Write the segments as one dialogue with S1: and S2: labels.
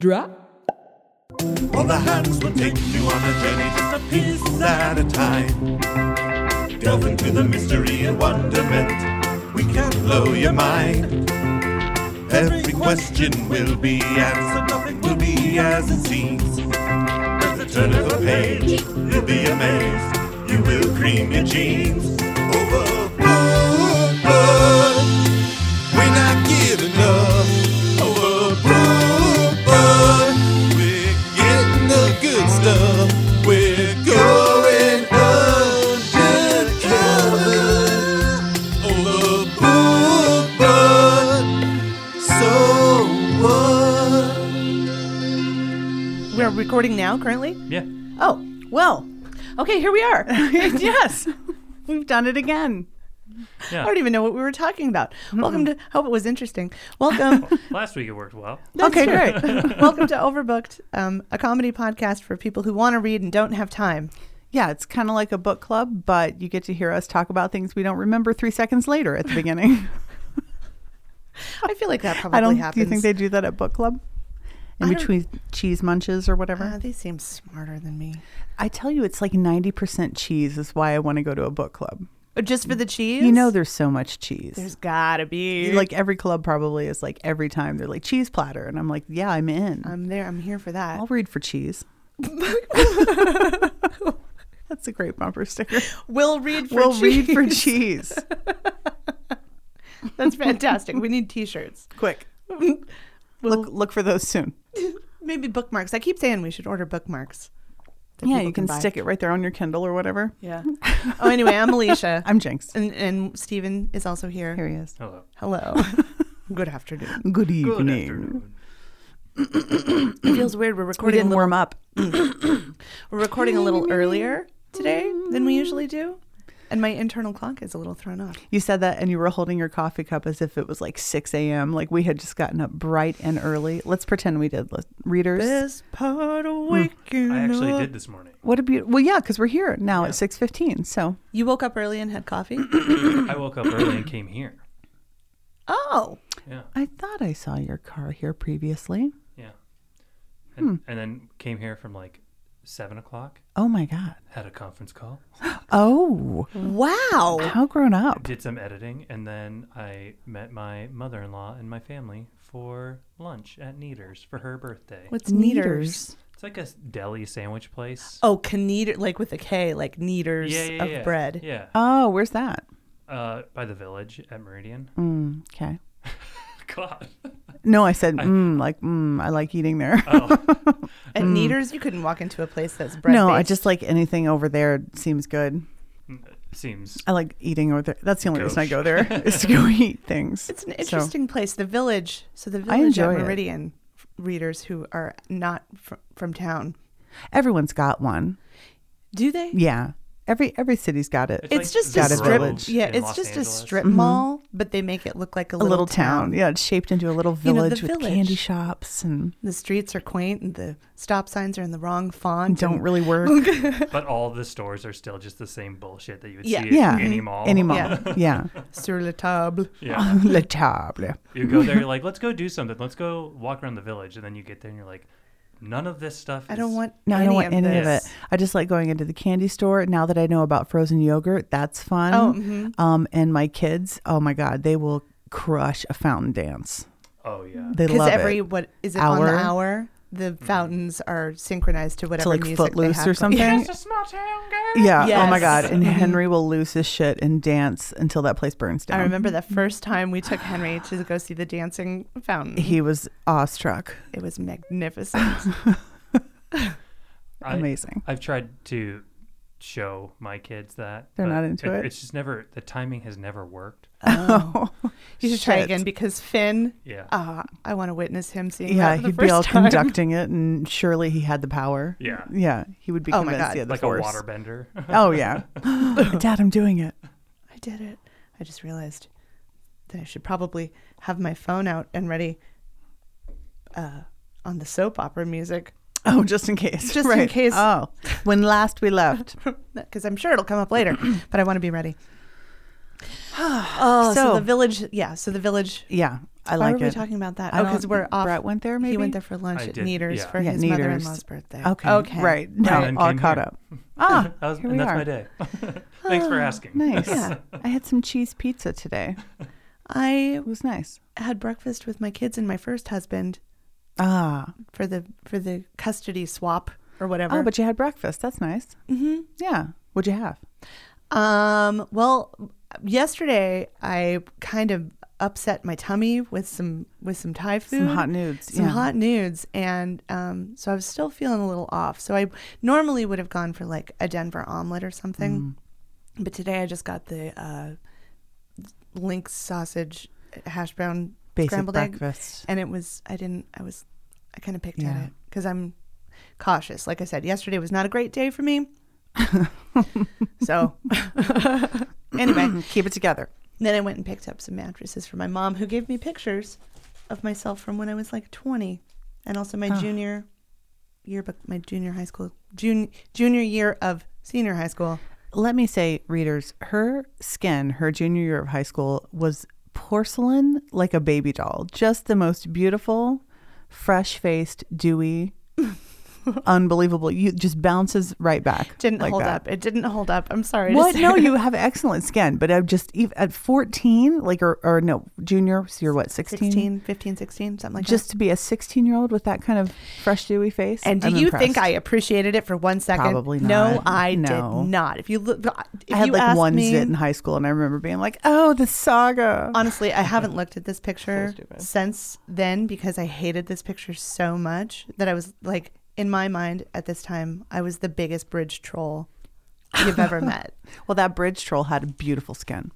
S1: drop.
S2: All the hands will take you on a journey just a piece at a time. Delve into the mystery and wonderment. We can blow your mind. Every question will be answered, nothing will be as it seems. At the turn of a page, you'll be amazed. You will cream your jeans. Overboard, we're not giving up. Oh, Overboard, uh. we're getting the good stuff. We're going undercover. Oh, Overboard, uh, so uh. what?
S3: We're recording now currently?
S4: Yeah.
S3: Oh, well. Okay, here we are. yes. We've done it again. I
S4: Yeah.
S3: don't even know what we were talking about. Welcome to hope it was interesting. Welcome.
S4: Last week it worked well.
S3: okay, great. Welcome to Overbooked, um, a comedy podcast for people who want to read and don't have time.
S5: Yeah, it's kind of like a book club, but you get to hear us talk about things we don't remember three seconds later at the beginning.
S3: I feel like that probably
S5: I don't.
S3: happens.
S5: Do you think they do that at book club? In
S3: I don't-
S5: between cheese munches or whatever.
S3: Ah, they seem smarter than me.
S5: I tell you, it's like ninety percent cheese is why I want to go to a book club.
S3: Just for the cheese?
S5: You know, there's so much cheese.
S3: there's gotta be.
S5: like every club probably is like every time they're like cheese platter, and I'm like, yeah, I'm in. i
S3: I'm there. I'm here for that.
S5: will read for cheese. That's a great bumper sticker.
S3: We'll read for
S5: we'll
S3: cheese.
S5: read for cheese.
S3: That's fantastic. we need T-shirts.
S5: Quick, look look for those soon.
S3: Maybe bookmarks. I keep saying we should order bookmarks. that
S5: Yeah,
S3: people
S5: you can,
S3: buy.
S5: stick it right there on your Kindle or whatever.
S3: Yeah. oh, anyway, I'm Alicia.
S5: I'm Jinx.
S3: and and Steven is also here.
S5: Here he is.
S4: Hello.
S3: Hello. Good afternoon.
S5: Good
S4: Good
S5: evening.
S4: afternoon.
S3: It feels weird. We're
S5: We
S3: recording a
S5: didn't
S3: little,
S5: warm up.
S3: we're recording a little earlier today than we usually do, and my internal clock is a little thrown off.
S5: You said that, and you were holding your coffee cup as if it was like 6 a.m. Like we had just gotten up bright and early. Let's pretend we did. Let- Readers,
S3: part of waking
S4: I actually did this morning.
S5: what a beautiful. Well, yeah, because we're here now at 6:15. So
S3: You woke up early and had coffee.
S4: I woke up early and came here.
S3: oh,
S4: Yeah.
S5: I thought I saw your car here previously.
S4: Yeah. And,
S5: Hmm.
S4: and then came here from like seven o'clock.
S5: Oh my god.
S4: Had a conference call.
S5: Oh,
S3: wow.
S5: how grown up.
S4: Did some editing, and then I met my mother-in-law and my family for lunch at Neater's for her birthday.
S3: What's
S5: Kneaders.
S3: kneaders?
S4: It's like a s- deli sandwich place.
S3: Oh, kneader like with a K, like kneaders
S4: yeah, yeah,
S3: of
S4: yeah.
S3: bread.
S4: Yeah,
S5: Oh, where's that?
S4: uh, by the village at Meridian.
S5: Mm, okay.
S4: God,
S5: No, I Oh. said mm, like mm, I like eating there.
S3: At kneaders, you couldn't walk into a place that's bread.
S5: no, I just like anything over there seems good.
S4: seems
S5: I like eating over there. That's the only reason I
S4: Gauche.
S5: go there is to go eat things.
S3: It's an
S5: So,
S3: interesting place, the village. So the village at
S5: enjoy it.
S3: Meridian f- readers who are not fr- from town,
S5: everyone's got one.
S3: do they?
S5: Yeah. Every every city's got it.
S4: It's
S3: It's
S4: like
S3: just
S4: the
S3: a
S5: Got a
S3: strip.
S5: village
S3: Yeah,
S4: in
S3: it's
S4: Los
S3: just
S4: Angeles.
S3: a strip mall, but they make it look like a
S5: Mm-hmm. a
S3: little,
S5: little town. Yeah, it's shaped into a little
S3: You know, the
S5: village with
S3: village.
S5: candy shops and
S3: The streets are quaint, and the stop signs are in the wrong font.
S5: don't
S3: and-
S5: really work.
S4: But all the stores are still just the same bullshit that you would
S3: Yeah.
S4: see
S5: yeah.
S4: at any mall.
S5: Any mall.
S3: Yeah.
S5: Yeah.
S3: sur le table.
S4: Yeah.
S5: Le table.
S4: You go there, you're like, let's go do something. Let's go walk around the village. And then you get there and you're like, none of this stuff.
S3: I don't
S4: is-
S3: want.
S5: No,
S3: any
S5: I don't want
S3: of
S5: any
S3: this.
S5: of it. I just like going into the candy store. Now that I know about frozen yogurt, that's fun.
S3: Oh, mhm.
S5: Um, and my kids, oh my God, they will crush a fountain dance.
S4: Oh, yeah.
S5: They
S3: Because
S5: love
S3: every
S5: it.
S3: what is it on the
S5: Hour.
S3: hour? The
S4: Mm-hmm.
S3: fountains are synchronized to whatever
S5: like,
S3: music
S5: Footloose
S3: they have
S5: or
S3: going-
S5: something?
S3: Yes.
S4: a small town girl.
S5: Yeah. Oh my
S3: Yes. Mm-hmm.
S5: God. And Henry will lose his shit and dance until that place burns down.
S3: I remember the first time we took Henry to go see the dancing fountain.
S5: He was awestruck.
S3: It was magnificent.
S4: I,
S5: Amazing.
S4: I've tried to show my kids that.
S5: They're
S4: but
S5: not into it? Uh,
S4: It's just never, the timing has never worked.
S3: Oh. you should try
S5: Shit.
S3: again because Finn,
S4: Yeah.
S3: uh, I want to witness him seeing that
S5: Yeah,
S3: for the
S5: he'd be
S3: first
S5: all
S3: time.
S5: conducting it, and surely he had the power.
S4: Yeah.
S5: Yeah, he would be
S3: Oh my
S5: convinced
S3: God.
S5: he had the
S4: Like
S5: force.
S4: a waterbender.
S5: Oh yeah, Dad, I'm doing it.
S3: I did it. I just realized that I should probably have my phone out and ready uh, on the soap opera music
S5: Oh, just in case.
S3: Just in
S5: Right.
S3: case.
S5: Oh, when last we left.
S3: because I'm sure it'll come up later, but I want to be ready. oh, so,
S5: So-
S3: the village, yeah. So the village
S5: Yeah, I
S3: Why
S5: like
S3: were we
S5: it.
S3: talking about that?
S5: I
S3: Oh, because
S5: don't-
S3: we're off.
S5: Brett went there,
S3: He
S5: maybe?
S3: went there for lunch
S4: I
S3: at
S4: did,
S3: Kneader's
S4: yeah.
S3: for
S5: Yeah,
S3: his
S5: Kneaders.
S3: mother-in-law's birthday.
S5: Okay.
S3: Okay.
S5: Right. No,
S4: then
S5: all
S4: came
S5: caught
S4: here.
S5: up. Ah,
S4: That was,
S5: here
S4: and
S5: we
S4: that's
S5: are. Ah,
S4: my day. Thanks for asking.
S5: Nice.
S3: Yeah.
S5: I had some cheese pizza today.
S3: I
S5: It was nice.
S3: had breakfast with my kids and my first husband
S5: Ah.
S3: for the for the custody swap or whatever.
S5: Oh, but you had breakfast. That's nice. Mm-hmm. Yeah. What'd you have?
S3: Um, well, yesterday I kind of upset my tummy with some with some Thai food,
S5: hot nudes,
S3: some
S5: yeah.
S3: hot nudes, and um, so I was still feeling a little off. So I normally would have gone for like a Denver omelet or something,
S5: Mm.
S3: but today I just got the uh, link sausage hash brown
S5: Basic
S3: scrambled
S5: breakfast.
S3: egg, and it was I didn't I was I kind of picked
S5: Yeah.
S3: at it because I'm cautious. Like I said, yesterday was not a great day for me. so anyway,
S5: Keep it together.
S3: then I went and picked up some mattresses for my mom, who gave me pictures of myself from when I was like 20, and also my junior yearbook, my junior high school, jun- junior year of senior high school.
S5: Let me say, readers, her skin, her junior year of high school, was porcelain like a baby doll. Just the most beautiful, fresh faced, dewy, unbelievable. You just bounces right back.
S3: Didn't
S5: like
S3: hold
S5: that.
S3: up. It didn't hold up. I'm sorry. to
S5: What?
S3: say.
S5: No, you have excellent skin, but I'm just ev- at 14, like or, or no, junior. So you're what, 16?
S3: 16, 15, 16, something like
S5: Just to be a 16 year old with that kind of fresh, dewy face.
S3: that. And do
S5: I'm
S3: you
S5: impressed.
S3: think I appreciated it for one second?
S5: Probably
S3: No,
S5: not.
S3: I
S5: No.
S3: did not. If you look, if
S5: I had
S3: you
S5: like
S3: asked
S5: one
S3: me,
S5: zit in high school, and I remember being like, "Oh, the saga."
S3: Honestly, I haven't looked at this picture
S5: stupid.
S3: since then because I hated this picture so much that I was like, in my mind at this time, I was the biggest bridge troll you've ever met.
S5: Well, that bridge troll had beautiful skin.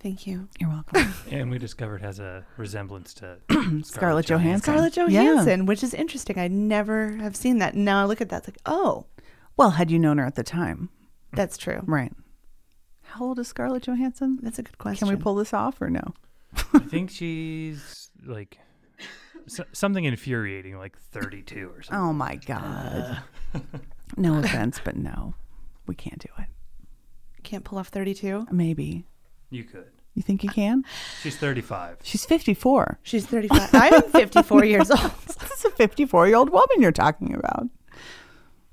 S3: Thank you.
S5: You're welcome.
S4: And we discovered has a resemblance to
S5: Scarlett Johansson.
S3: Scarlett
S5: Yeah.
S3: Johansson, which is interesting. I never have seen that. Now I look at that, it's like, oh,
S5: well, had you known her at the time,
S3: that's true.
S5: right? How old is Scarlett Johansson?
S3: That's a good question.
S5: Can we pull this off or no?
S4: I think she's like so, something infuriating, like 32 or something.
S5: Oh my god. no offense, but no, we can't do it.
S3: Can't pull off 32?
S5: Maybe
S4: You could.
S5: you think you can?
S4: She's 35.
S5: She's 54.
S3: She's 35. I'm 54 years old.
S5: This is a 54 year old woman you're talking about.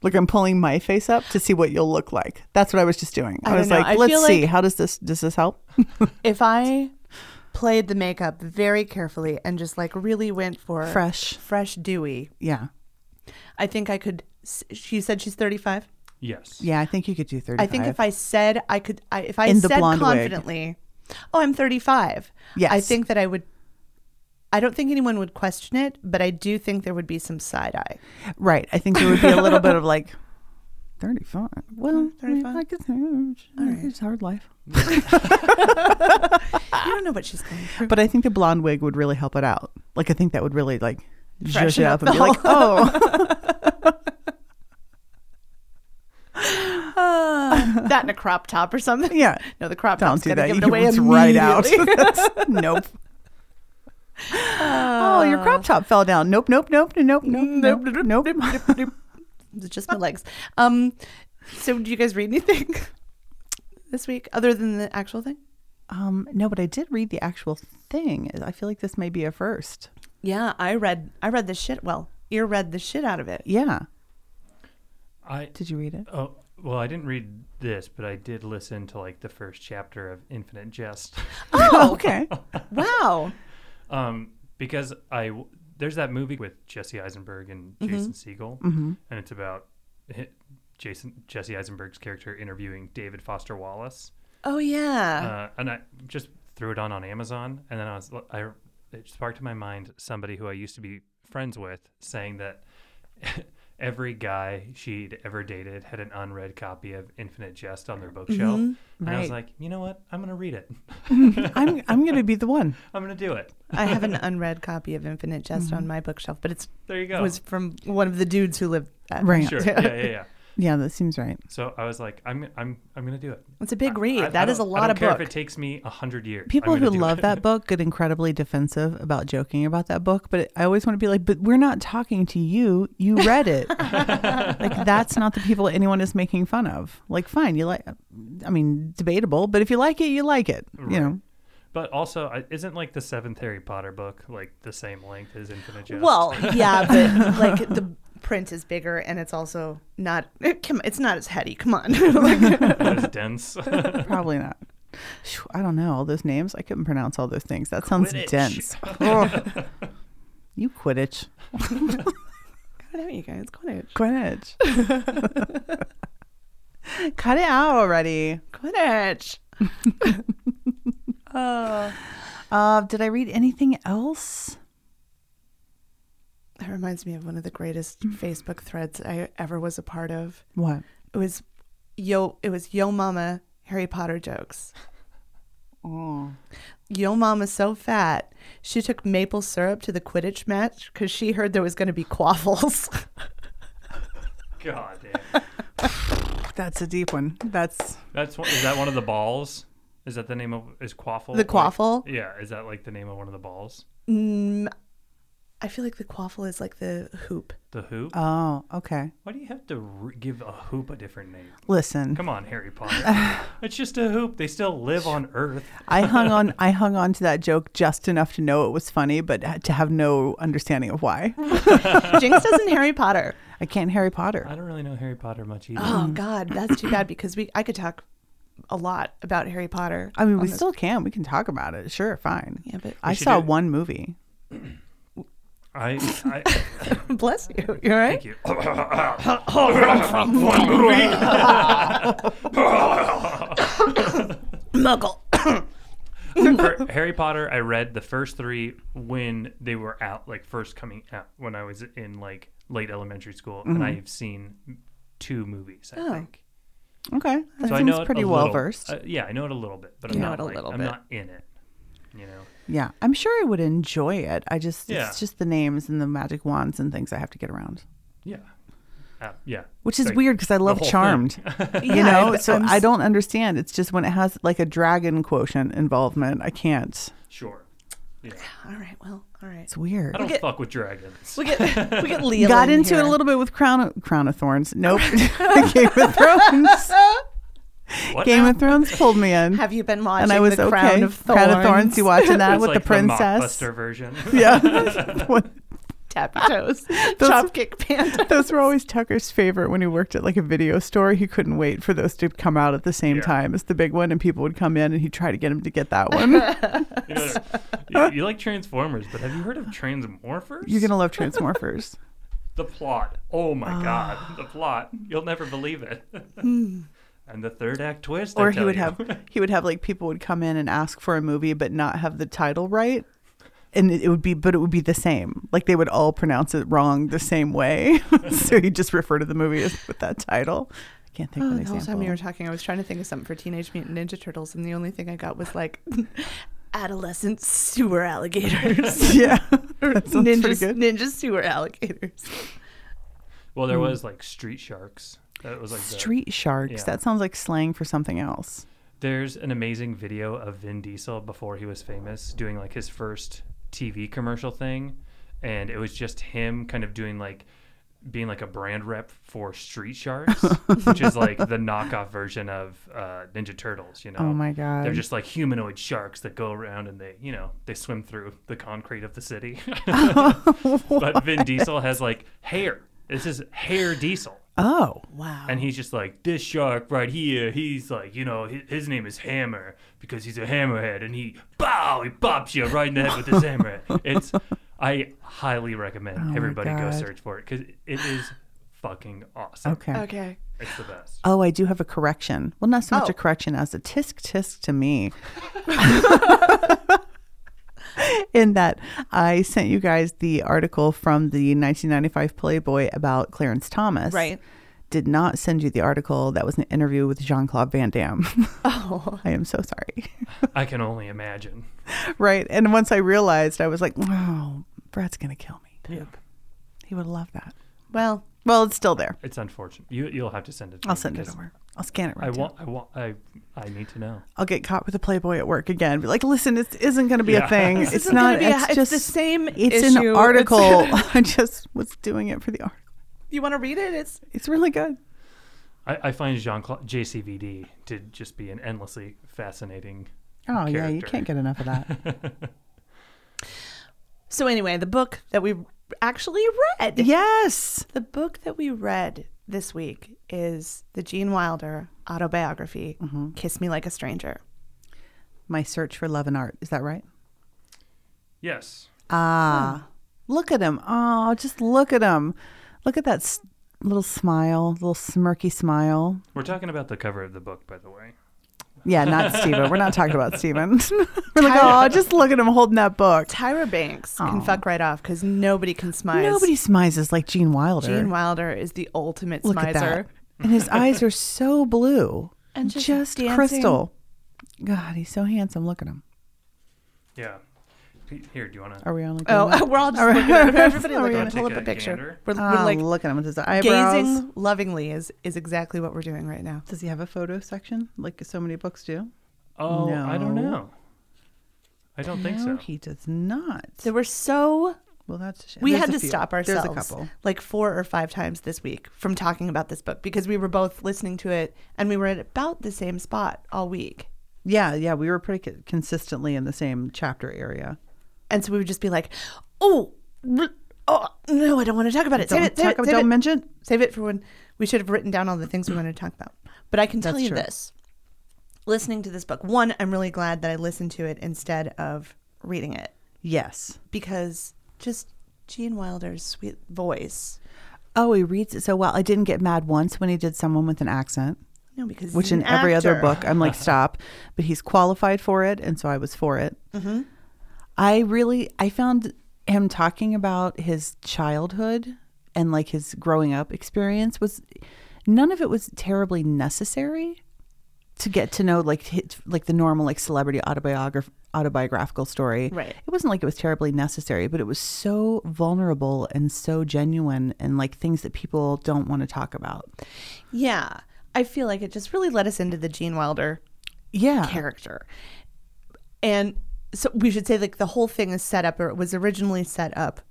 S5: Look, I'm pulling my face up to see what you'll look like. That's what I was just doing.
S3: I
S5: I, was
S3: don't know.
S5: like,
S3: I
S5: let's
S3: feel
S5: see.
S3: like-
S5: How does this does this help?
S3: If I played the makeup very carefully and just like really went for
S5: Fresh.
S3: fresh, dewy,
S5: Yeah.
S3: I think I could. s- She said she's 35.
S4: Yes.
S5: Yeah, I think you could do 35.
S3: I think if I said I could, I, if I
S5: In the
S3: said
S5: blonde wig.
S3: confidently, "Oh, I'm 35," I
S5: Yes.
S3: think that I would. I don't think anyone would question it, but I do think there would be some side eye.
S5: Right. I think there would be a little bit of like 35. Well,
S3: 35.
S5: 35. I could, it's, it's hard life.
S3: You don't know what she's going through.
S5: But I think the blonde wig would really help it out. Like, I think that would really like zhuzh
S3: Freshen
S5: it
S3: up
S5: up and be like, oh,
S3: Ah, that in a crop top or something.
S5: yeah.
S3: No, the crop
S5: Don't
S3: top's
S5: do
S3: gonna
S5: that.
S3: give
S5: You
S3: it away
S5: it's right out.
S3: immediately.
S5: nope. oh, your crop top fell down. Nope, nope, nope, nope, nope, nope, nope. nope.
S3: It's just my legs. Um, so do you guys read anything this week other than the actual thing?
S5: Um, no, but I did read the actual thing. I feel like this may be a first.
S3: Yeah, I read. I read the shit. Well, ear read the shit out of it.
S5: Yeah.
S4: I
S5: Did you read it?
S4: oh well, I didn't read this, but I did listen to like the first chapter of Infinite Jest.
S5: Oh, okay.
S3: Wow.
S4: Um, because I w- there's that movie with Jesse Eisenberg and Jason Segel, and it's about hi- Jason Jesse Eisenberg's character interviewing David Foster Wallace,
S3: Oh yeah.
S4: uh, and I just threw it on on Amazon, and then I was I it sparked in my mind somebody who I used to be friends with saying that. Every guy she'd ever dated had an unread copy of Infinite Jest on their bookshelf.
S3: Mm-hmm.
S4: and I was
S5: Right.
S4: like, you know what? I'm going to read it.
S5: I'm I'm gonna be the one.
S4: I'm going to do it.
S3: I have an unread copy of Infinite Jest on my bookshelf, but it's
S4: There you go.
S3: was from one of the dudes who lived. At
S5: Right.
S4: sure. yeah, yeah, yeah.
S5: Yeah, that seems right.
S4: So I was like, I'm I'm I'm gonna do it.
S3: It's a big
S4: I- I
S3: read. That is a
S4: don't- I
S3: lot
S4: don't
S3: of
S4: care
S3: book.
S4: If it takes me a hundred years, I'm
S5: People
S4: gonna
S5: who
S4: do
S5: love
S4: it.
S5: that book get incredibly defensive about joking about that book, but I always want to be like, but we're not talking to you. You read it. like that's not the people anyone is making fun of. Like, fine, you like I mean, debatable, but if you like it, you like it. You know.
S4: But also, I- isn't like the seventh Harry Potter book like the same length as Infinite Jest?
S3: Well, yeah, but like the print is bigger and it's also not it come- it's not as heady. Come on. Like,
S4: Not as dense.
S5: Probably not. Phew, I don't know all those names. I couldn't pronounce all those things. That sounds
S4: Quidditch.
S5: dense. Ugh. you Quidditch.
S3: Cut it out, you guys. Cut it.
S5: Quidditch. Cut it out already.
S3: Quidditch.
S5: Uh, did I read anything else?
S3: That reminds me of one of the greatest Facebook threads I ever was a part of.
S5: What?
S3: It was yo it was yo mama Harry Potter jokes. Mm.
S5: Oh.
S3: Yo mama's so fat. She took maple syrup to the Quidditch match cuz she heard there was going to be quaffles.
S4: God damn.
S5: That's a deep one. That's
S4: That's one, is that one of the balls? Is that the name of is quaffle?
S3: The
S4: like-
S3: quaffle?
S4: yeah, is that like the name of one of the balls?
S3: Mm, I feel like the quaffle is like the hoop.
S4: The hoop?
S5: oh, okay.
S4: Why do you have to re- give a hoop a different name?
S5: Listen.
S4: Come on, Harry Potter. it's just a hoop. They still live on Earth.
S5: I hung on I hung on to that joke just enough to know it was funny, but ha- to have no understanding of why.
S3: Jinx doesn't Harry Potter.
S5: I can't Harry Potter.
S4: I don't really know Harry Potter much either.
S3: Oh God, that's too bad because we I could talk a lot about Harry Potter.
S5: I mean,
S3: on
S5: we
S3: this-
S5: still can. We can talk about it. Sure, fine.
S3: Yeah, but-
S5: I
S4: We should
S5: saw
S4: do-
S5: one movie.
S4: I, I
S3: bless you. You're right.
S4: thank you.
S3: Muggle.
S4: For Harry Potter, I read the first three when they were out, like first coming out when I was in like late elementary school, and I've seen two movies. I
S3: Mm-hmm. Oh.
S4: think.
S5: Okay. That
S4: So I
S5: seems
S4: know it a
S5: pretty
S4: little-
S5: well versed.
S4: uh, yeah, I know it a little bit, but I'm
S3: You know
S4: not
S3: it a
S4: like-
S3: little
S4: I'm
S3: bit.
S4: not in it. You know.
S5: yeah. I'm sure I would enjoy it. I just
S4: Yeah.
S5: it's just the names and the magic wands and things I have to get around.
S4: Yeah. Uh, yeah.
S5: Which is
S4: Like,
S5: weird because I love
S4: whole thing.
S5: Charmed. you
S3: Yeah,
S5: know,
S3: I-
S5: so
S3: I'm
S5: I'm,
S3: s-
S5: I do not understand. It's just when it has like a dragon quotient involvement, I can't.
S4: Sure. Yeah.
S3: All right. Well. All right.
S5: It's weird.
S4: I don't
S3: get-
S4: fuck with dragons.
S3: We get we get Leo.
S5: Got
S3: in
S5: into it
S3: here.
S5: a little bit with Crown of, Crown of Thorns. Nope. Game of Thrones.
S4: What
S5: Game
S4: now?
S5: of Thrones pulled me in.
S3: Have you been watching
S5: and I was
S3: the
S5: okay.
S3: Crown of Thorns?
S5: You watching that
S4: That's
S5: with
S4: like
S5: the princess?
S4: mockbuster version.
S5: yeah. What-
S3: Tappy toes. Chop kick panda.
S5: those were always Tucker's favorite when he worked at like a video store. He couldn't wait for those to come out at the same
S4: Yeah.
S5: time as the big one, and people would come in and he'd try to get him to get that one.
S4: You, know, you, you like Transformers, but have you heard of Transmorphers?
S5: You're gonna Ah. love Transmorphers.
S4: the plot. Oh my god, the plot! You'll never believe it. and the third act twist. I
S5: Hmm. or he
S4: tell
S5: would
S4: you.
S5: have he would have like people would come in and ask for a movie but not have the title right and it, it would be but it would be the same like they would all pronounce it wrong the same way so he'd just refer to the movie as with that title i can't think
S3: Oh,
S5: of an
S3: the whole
S5: example
S3: time you were talking, I was trying to think of something for Teenage Mutant Ninja Turtles, and the only thing I got was like adolescent sewer alligators.
S5: yeah
S3: Or
S5: sounds pretty
S3: ninja,
S5: good.
S3: ninja sewer alligators.
S4: Well, there was like Street Sharks. That was like the-
S5: Hmm. street sharks
S4: Yeah.
S5: that sounds like slang for something else
S4: there's an amazing video of Vin Diesel before he was famous doing like his first TV commercial thing, and it was just him kind of doing like being like a brand rep for Street Sharks, which is like the knockoff version of uh, Ninja Turtles. You know,
S5: Oh my God.
S4: they're just like humanoid sharks that go around and they you know they swim through the concrete of the city. but Vin Diesel has like hair. This is hair Diesel.
S5: oh
S3: Wow.
S4: And he's just like, this shark right here, he's like, you know, his, his name is Hammer because he's a hammerhead and he, bow, he bops you right in the head with his hammer. It's, I highly recommend everybody go
S5: Oh God.
S4: search for it because it is fucking awesome.
S5: okay
S3: okay.
S4: It's the best.
S5: Oh, I do have a correction. Well, not so much
S3: Oh.
S5: a correction as a tisk tisk to me. In that I sent you guys the article from the 1995 Playboy about Clarence Thomas.
S3: Right.
S5: Did not send you the article that was an interview with Jean Claude Van Damme. Oh. I am so sorry.
S4: I can only imagine.
S5: right. And once I realized, I was like, oh, Brett's going to kill me. He would love that.
S3: Well,
S5: Well, it's still there.
S4: It's unfortunate. You, you'll have to send it to
S5: I'll
S4: me
S5: send it
S4: because
S5: over. I'll scan it right
S4: I
S5: down.
S4: want, I want, I, I need to know.
S5: I'll get caught with a Playboy at work again. Be like, listen, this isn't going to be
S4: Yeah.
S5: a thing.
S4: This
S5: it's
S3: isn't gonna
S5: not.
S3: be a-
S5: it's
S3: it's
S5: just
S3: the same
S5: It's
S3: issue.
S5: an article. I just was doing it for the article.
S3: you want to read it? It's
S5: It's really good.
S4: I, I find Jean Claude JCVD to just be an endlessly fascinating
S5: Oh yeah, you
S4: character.
S5: can't get enough of that.
S3: So anyway, the book that we actually read.
S5: yes.
S3: The book that we read this week is the Gene Wilder autobiography, Kiss Me Like a Stranger.
S5: My search for love and art. Is that right?
S4: Yes.
S5: Ah, look at him. Oh, just look at him. Look at that s- little smile, little smirky smile.
S4: We're talking about the cover of the book, by the way.
S5: Yeah, not Steven. We're not talking about Steven. We're like, oh, just look at him holding that book.
S3: Tyra Banks can fuck right off because nobody can smize.
S5: Nobody smizes like Gene Wilder.
S3: Gene Wilder is the ultimate
S5: look at
S3: smizer.
S5: that. And his eyes are so blue
S3: And just dancing.
S5: crystal. God, he's so handsome. Look at him.
S4: Yeah. He- Here, do you want to?
S5: Are we on like?
S3: Oh, we're all just looking at everybody.
S5: Are we
S3: Look
S4: gonna
S3: at pull up
S4: take
S3: a
S4: a
S3: picture.
S4: gander?
S3: We're, we're
S5: like,
S3: like
S5: Ah, look at him with his eyebrows.
S3: gazing lovingly is is exactly what we're doing right now.
S5: Does he have a photo section like so many books do?
S4: Oh, I don't
S5: No.
S4: know. I don't think
S5: no,
S4: so.
S5: he does not.
S3: There were so
S5: Well, that's a shame.
S3: we
S5: There's
S3: had
S5: a
S3: to
S5: few.
S3: stop ourselves
S5: There's a couple.
S3: like four or five times this week from talking about this book because we were both listening to it and we were at about the same spot all week.
S5: Yeah, yeah, we were pretty co- consistently in the same chapter area.
S3: And so we would just be like, "Oh, bl- oh no, I don't want to talk about it. Save
S5: Don't
S3: it, save
S5: talk
S3: it,
S5: about-
S3: save
S5: don't
S3: it.
S5: mention.
S3: Save it for when we should have written down all the things we wanted to talk about." But I can tell
S5: That's
S3: you
S5: true.
S3: this: listening to this book, one, I'm really glad that I listened to it instead of reading it
S5: Yes.
S3: because just Gene Wilder's sweet voice.
S5: Oh, he reads it so well. I didn't get mad once when he did someone with an accent,
S3: No, because
S5: which
S3: he's
S5: in
S3: an
S5: every other
S3: actor.
S5: book I'm like, stop. But he's qualified for it, and so I was for it.
S3: Mm-hmm.
S5: I really, I found him talking about his childhood and like his growing up experience was none of it was terribly necessary to get to know like hit, like the normal like celebrity autobiograph autobiographical story.
S3: Right.
S5: It wasn't like it was terribly necessary, but it was so vulnerable and so genuine and like things that people don't want to talk about.
S3: Yeah. I feel like it just really let us into the Gene Wilder
S5: Yeah.
S3: character. And so we should say like the whole thing is set up or it was originally set up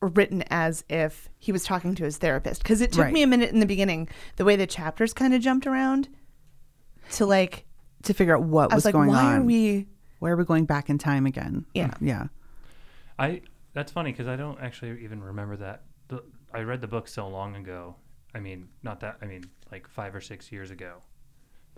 S3: or written as if he was talking to his therapist cuz it took
S5: Right.
S3: me a minute in the beginning the way the chapters kind of jumped around to like
S5: to figure out what
S3: I was,
S5: was,
S3: like
S5: going
S3: why
S5: on.
S3: are we
S5: Where are we going back in time again? Uh,
S3: Yeah.
S5: Yeah.
S4: I. That's funny because I don't actually even remember that. The- I read the book so long ago. I mean, not that. I mean, like five or six years ago.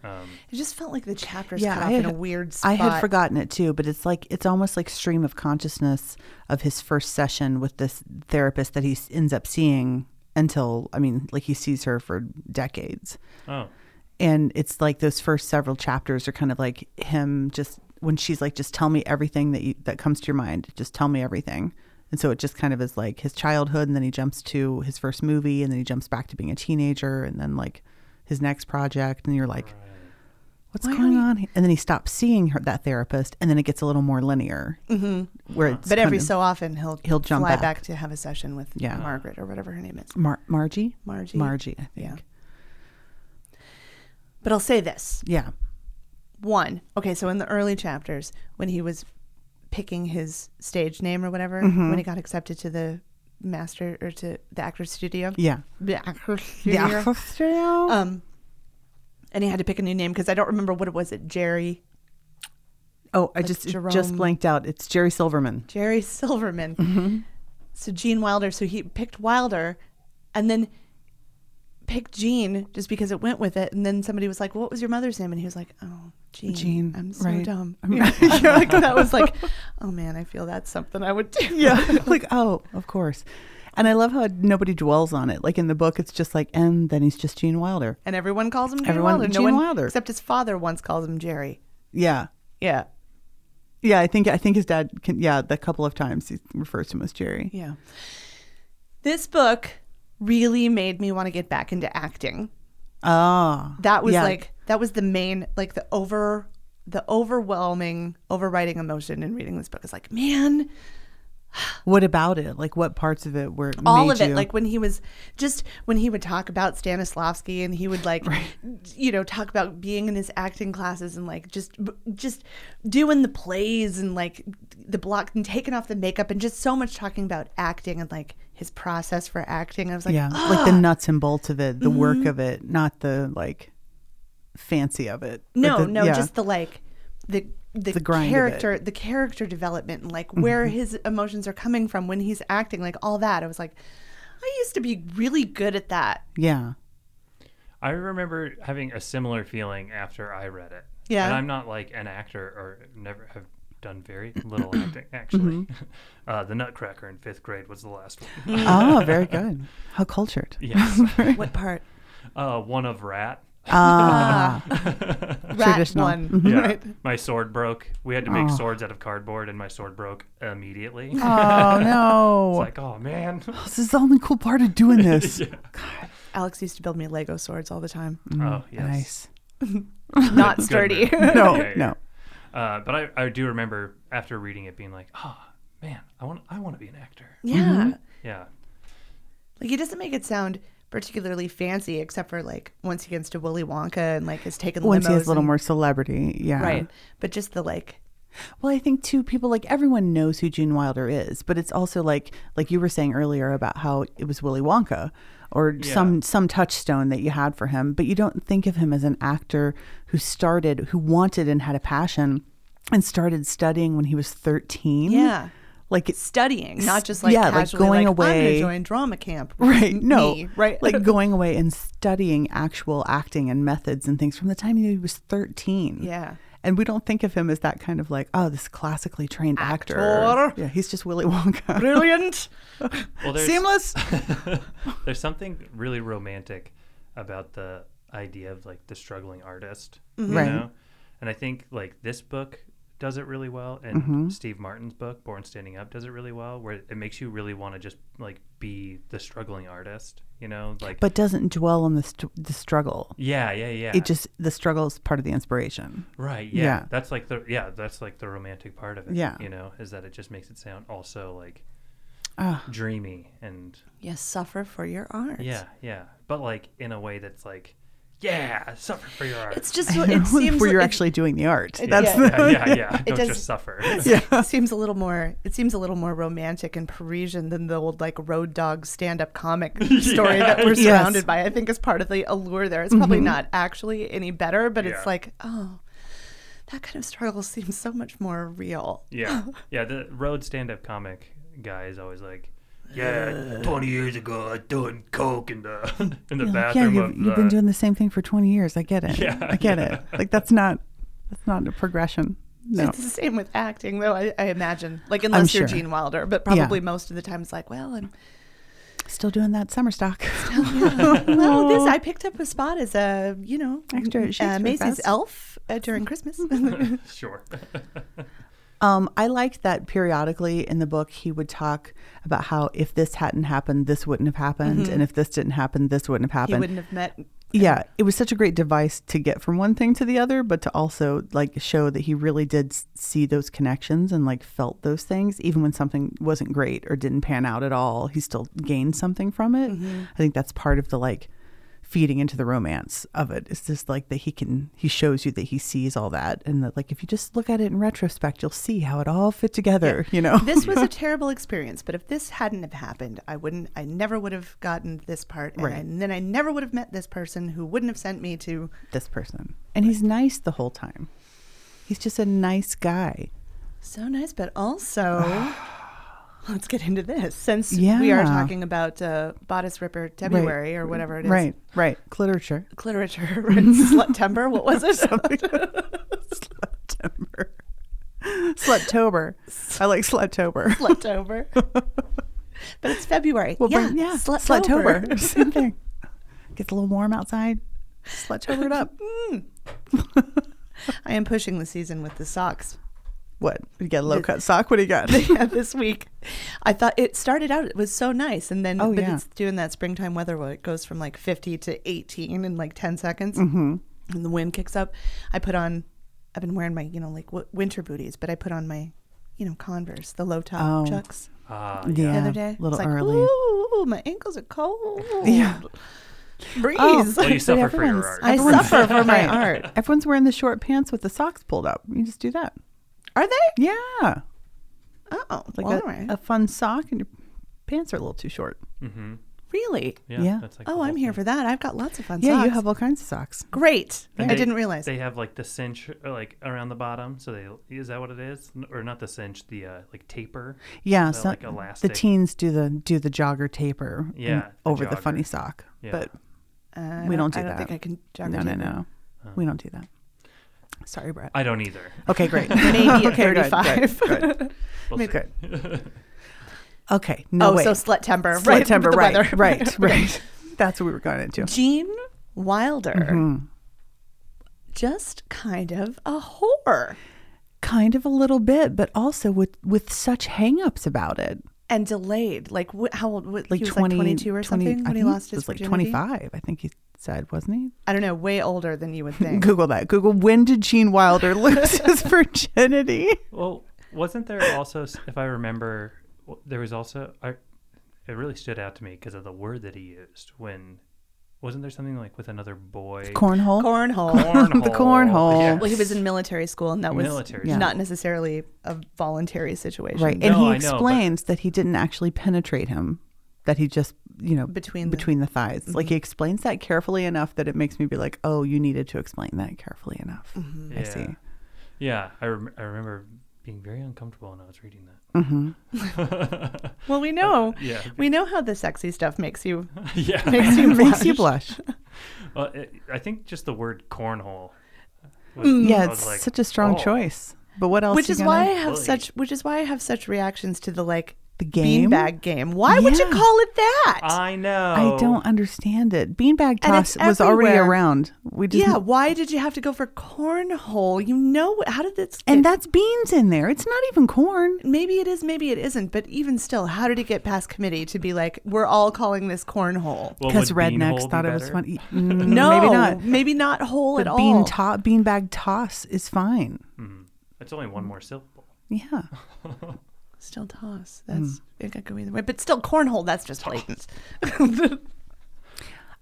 S4: Um,
S3: it just felt like the chapters
S5: Yeah,
S3: cut
S5: I
S3: off in a
S5: had-
S3: weird spot.
S5: I had forgotten it too, but it's like it's almost like stream of consciousness of his first session with this therapist that he s- ends up seeing until I mean, like he sees her for decades.
S4: oh,
S5: And it's like those first several chapters are kind of like him just when she's like, just tell me everything that you, that comes to your mind. Just tell me everything. And so it just kind of is like his childhood, and then he jumps to his first movie, and then he jumps back to being a teenager, and then like his next project. And you're like, what's
S3: Why are
S5: going
S3: we-
S5: on? here? And then he stops seeing her, that therapist, and then it gets a little more linear. Mm-hmm. Where it's
S3: but every
S5: kind of-
S3: so often he'll
S5: He'll jump
S3: fly
S5: back.
S3: back. to have a session with
S5: Yeah.
S3: Margaret or whatever her name is.
S5: Mar- Margie,
S3: Margie.
S5: Margie, I think.
S3: Yeah. But I'll say this.
S5: Yeah.
S3: one okay so in the early chapters when he was picking his stage name or whatever
S5: Mm-hmm.
S3: when he got accepted to the master or to the actor's studio
S5: yeah,
S3: the actor's studio
S5: yeah.
S3: um and he had to pick a new name because i don't remember what it was it jerry
S5: oh, I just it just
S3: Jerome-
S5: blanked out. It's Jerry Silverman.
S3: jerry silverman
S5: Mm-hmm.
S3: so gene wilder so he picked wilder and then picked gene just because it went with it and then somebody was like what was your mother's name and he was like oh Gene,
S5: Gene,
S3: I'm so
S5: right.
S3: dumb. You're like, that was like, oh man, I feel that's something I would do.
S5: Yeah. like, oh, of course. And I love how nobody dwells on it. Like in the book, it's just like, and then he's just Gene Wilder.
S3: and everyone calls him Gene
S5: Everyone-
S3: Wilder.
S5: Gene
S3: one,
S5: Wilder.
S3: except his father once calls him Jerry.
S5: Yeah.
S3: Yeah,
S5: Yeah. I think, I think his dad can, yeah, the couple of times he refers to him as Jerry.
S3: yeah. This book really made me want to get back into acting.
S5: Ah.
S3: That was
S5: yeah.
S3: like that was the main like the over the overwhelming overriding emotion in reading this book is like man
S5: what about it? Like, what parts of it were,
S3: all
S5: made
S3: of it
S5: you-
S3: like when he was just when he would talk about Stanislavski and he would like you know talk about being in his acting classes and like just just doing the plays and like the block and taking off the makeup and just so much talking about acting and like his process for acting I was like oh, "Ah." Mm-hmm.
S5: yeah, like the nuts and bolts of it, the work of it, not the like fancy of it. but
S3: no
S5: the-
S3: no
S5: yeah.
S3: just the like the the,
S5: The grind of it. Mm-hmm.
S3: character the character development and like where his emotions are coming from when he's acting like all that i was like i used to be really good at that
S5: Yeah.
S4: I remember having a similar feeling after I read it.
S3: Yeah.
S4: And I'm not like an actor or never have done very little acting, actually.
S5: Mm-hmm.
S4: Uh, the Nutcracker in fifth grade was the last one.
S5: Oh, very good. How cultured.
S4: yes.
S3: what part
S4: Uh, one of Rat.
S5: Ah,
S3: rat
S5: Traditional. Mm-hmm.
S3: one
S4: Yeah.
S3: right
S4: My sword broke. We had to make swords out of cardboard, and my sword broke immediately. It's
S5: oh no!
S4: like, oh, man.
S5: this is the only cool part of doing this.
S3: alex used to build me lego swords all the time
S4: Oh, yes.
S5: Nice.
S3: not
S4: Good
S3: sturdy
S4: move.
S5: No,
S4: Yeah, yeah.
S5: no.
S4: Uh, but I, I do remember after reading it being like, oh, man, I want, I want to be an actor.
S5: Mm-hmm.
S3: yeah
S4: Yeah.
S3: Like he doesn't make it sound particularly fancy, except for like once he gets to Willy Wonka and like is taken
S5: Once he
S3: limos
S5: has a little
S3: and-
S5: more celebrity, yeah.
S3: right. But just the like,
S5: Well, I think too, people like everyone knows who Gene Wilder is, but it's also like like you were saying earlier about how it was Willy Wonka or some some touchstone that you had for him, but you don't think of him as an actor who started, who wanted and had a passion and started studying when he was 13.
S3: Yeah.
S5: Like it's
S3: studying, not just like
S5: Yeah, like,
S3: casually,
S5: going
S3: I'm
S5: away-
S3: gonna join drama camp.
S5: Right. No.
S3: Me, right.
S5: like going away and studying actual acting and methods and things from the time he was 13.
S3: Yeah.
S5: And we don't think of him as that kind of like, oh, this classically trained actor.
S3: Actor.
S5: Yeah, he's just Willy Wonka.
S3: brilliant,
S4: Well, there's,
S3: seamless.
S4: there's something really romantic about the idea of like the struggling artist, you
S5: Mm-hmm. Right.
S4: know? And I think like this book does it really well, and
S5: Mm-hmm.
S4: Steve Martin's book, Born Standing Up, does it really well, where it makes you really want to just like be the struggling artist, you know? Like,
S5: But doesn't dwell on the, st- the struggle.
S4: yeah, yeah, yeah.
S5: It just, the struggle is part of the inspiration.
S4: Right. Yeah.
S5: Yeah.
S4: That's like the yeah. That's like the romantic part of it.
S5: Yeah.
S4: You know, is that it just makes it sound also like
S5: Ah.
S4: dreamy and
S3: yes, suffer for your art.
S4: yeah, yeah. But like in a way that's like yeah, suffer for your art.
S3: It's just it seems
S5: Where you're
S3: it-
S5: actually doing the art.
S4: yeah,
S5: That's
S4: yeah, yeah, yeah. Don't
S3: does-
S4: just suffer.
S3: it seems a little more it seems a little more romantic and Parisian than the old like road dog stand up comic story that we're
S5: Yes. Mm-hmm.
S3: surrounded by. I think is part of the allure there. It's probably not actually any better, but
S4: Yeah.
S3: it's like, oh that kind of struggle seems so much more real.
S4: Yeah, yeah. The road stand-up comic guy is always like. Yeah, twenty years ago, I doing coke in the in the
S5: You're like, yeah,
S4: bathroom
S5: you've,
S4: of
S5: you've
S4: the.
S5: been doing the same thing for 20 years. I get it.
S4: Yeah,
S5: I get it. Like that's not, that's not a progression. No.
S3: It's the same with acting though, I, I imagine. Like unless you're
S5: sure.
S3: Gene Wilder, but probably most of the time it's like, well, I'm
S5: Still doing that summer stock.
S3: well, this I picked up a spot as a, you know,
S5: Extra at Shakespeare
S3: uh, Macy's
S5: Fest.
S3: elf uh, during Christmas.
S4: sure.
S5: Um, I liked that periodically in the book he would talk about how if this hadn't happened, this wouldn't have happened, and if this didn't happen, this wouldn't have
S3: he
S5: happened.
S3: wouldn't have met
S5: Yeah, it was such a great device to get from one thing to the other, but to also like show that he really did s- see those connections and like felt those things, even when something wasn't great or didn't pan out at all. He still gained something from it.
S3: Mm-hmm.
S5: I think that's part of the like feeding into the romance of it. It's just like that he can he shows you that he sees all that, and that like if you just look at it in retrospect, you'll see how it all fit together. You know,
S3: this was a terrible experience but if this hadn't have happened i wouldn't i never would have gotten this part and, I-
S5: Right.
S3: and then i never would have met this person who wouldn't have sent me to
S5: this person, and he's nice the whole time. He's just a nice guy.
S3: so nice but also let's get into this since we
S5: Yeah.
S3: are talking about uh, bodice ripper february or whatever it is
S5: Right, right. Literature.
S3: literature right? slut temper what was it
S5: Sluttember. Sluttober. I like Sluttober.
S3: sluttober but it's february
S5: We'll
S3: yeah,
S5: bring- yeah,
S3: sluttober.
S5: Sluttober. Same thing. Gets a little warm outside. Sluttober it up.
S3: i am pushing the season with the socks
S5: What? You got a low cut sock? What do you got?
S3: yeah, this week. I thought it started out it was so nice, and then
S5: Oh,
S3: but
S5: yeah.
S3: it's doing that springtime weather where it goes from like fifty to eighteen in like ten seconds, mm-hmm. and the wind kicks up. I put on. I've been wearing my you know like w- winter booties, but I put on my you know Converse, the low top
S5: Oh.
S3: chucks
S4: Ah,
S5: Yeah.
S3: the other day.
S5: A little
S3: it's like,
S5: early.
S3: Ooh, my ankles are cold.
S5: Yeah. Oh.
S3: breeze.
S4: Well, you suffer
S5: But
S4: for your
S5: everyone's-
S4: art.
S3: I
S5: everyone's-
S3: suffer for my
S5: Right.
S3: art.
S5: Everyone's wearing the short pants with the socks pulled up. You just do that.
S3: Are they?
S5: Yeah.
S3: Oh,
S5: Like
S3: well, all
S5: a,
S3: right.
S5: a fun sock and your pants are a little too short.
S3: Really?
S4: Yeah.
S5: Yeah.
S4: That's like the
S3: Oh,
S4: whole
S3: I'm here
S4: thing.
S3: for that. I've got lots of fun
S5: Yeah,
S3: socks.
S5: you have all kinds of socks.
S3: Great.
S4: And
S3: I
S4: they-
S3: didn't realize.
S4: They have like the cinch, or, like around the bottom. So they is that what it is, N- or not the cinch, the uh, like taper.
S5: Yeah,
S4: The,
S5: so
S4: like,
S5: the
S4: elastic.
S5: teens do the do the jogger taper in-
S4: Yeah, the
S5: over the
S4: jogger.
S5: funny sock.
S4: Yeah.
S5: But
S3: Uh,
S5: we don't do
S3: I don't
S5: that.
S3: think I can jog
S5: no,
S3: or
S5: no,
S3: tape.
S5: no. We don't do that. Sorry, Brett.
S4: I don't either.
S5: Okay, great.
S3: Maybe at
S5: Okay, good,
S3: 35.
S5: good, good.
S4: We'll
S5: Maybe-
S4: see.
S5: Okay, no
S3: oh,
S5: wait.
S3: so slut temper.
S5: Slut
S3: right,
S5: temper,
S3: with the
S5: right,
S3: weather.
S5: right, right. That's what we were going into.
S3: Gene Wilder.
S5: Mm-hmm.
S3: Just kind of a whore
S5: Kind of a little bit, but also with with such hang-ups about it.
S3: and delayed. Like wh- how old? What,
S5: Like
S3: he was
S5: 20,
S3: like 22 or
S5: 20
S3: something
S5: I
S3: when he
S5: think
S3: lost
S5: it
S3: his
S5: was like
S3: virginity?
S5: 25, I think he said, wasn't he?
S3: I don't know. Way older than you would think.
S5: Google that. Google when did Gene Wilder lose his virginity?
S4: Well, wasn't there also, s- if I remember, w- there was also, I, it really stood out to me because of the word that he used when, wasn't there something like with another boy?
S5: Cornhole.
S3: Cornhole.
S4: Cornhole.
S5: The cornhole.
S4: Yes.
S3: Well, he was in military school, and that was
S4: Military
S3: not necessarily a voluntary situation.
S5: Right.
S4: No,
S5: and he
S4: I know, but-
S5: explains that he didn't actually penetrate him, that he just, you know,
S3: Between the- Mm-hmm.
S5: between the thighs. Like he explains that carefully enough that it makes me be like, oh, you needed to explain that carefully enough. I
S3: Mm-hmm.
S4: Yeah.
S5: see.
S4: Yeah, I, rem- I remember being very uncomfortable when I was reading that.
S3: Well, we know.
S4: yeah.
S3: We know how the sexy stuff makes you
S5: Mm.
S4: yeah.
S3: makes you
S5: Makes
S3: blush.
S5: you blush.
S4: Well, it, I think just the word cornhole. was- I
S5: Yeah,
S4: was
S5: it's
S4: like,
S5: such a strong
S4: oh,
S5: choice. But what else?
S3: Which
S5: you
S3: is
S5: gonna-
S3: why I have
S4: Really?
S3: such which is why I have such reactions to the like
S5: The game?
S3: beanbag game. Why would you
S5: Yeah. Uh,
S3: call it that?
S4: I know.
S5: I don't understand it. Beanbag
S3: And it's
S5: toss was already
S3: everywhere.
S5: around. We just
S3: yeah, why did you have to go for cornhole? You know how did this
S5: and
S3: get-
S5: that's beans in there. It's not even corn.
S3: maybe it is, maybe it isn't, but even still, how did it get past committee to be like we're all calling this cornhole?
S4: Well,
S5: Because
S4: would
S5: rednecks
S4: beanhole be
S5: thought it was
S4: better?
S5: funny. Mm,
S3: no,
S5: maybe not.
S3: Maybe not whole
S5: But
S3: at all.
S5: bean to- beanbag toss is fine.
S4: It's only one more syllable.
S5: Yeah.
S3: still
S5: Mm.
S3: toss. That's it could go either way. But still cornhole, that's just blatant.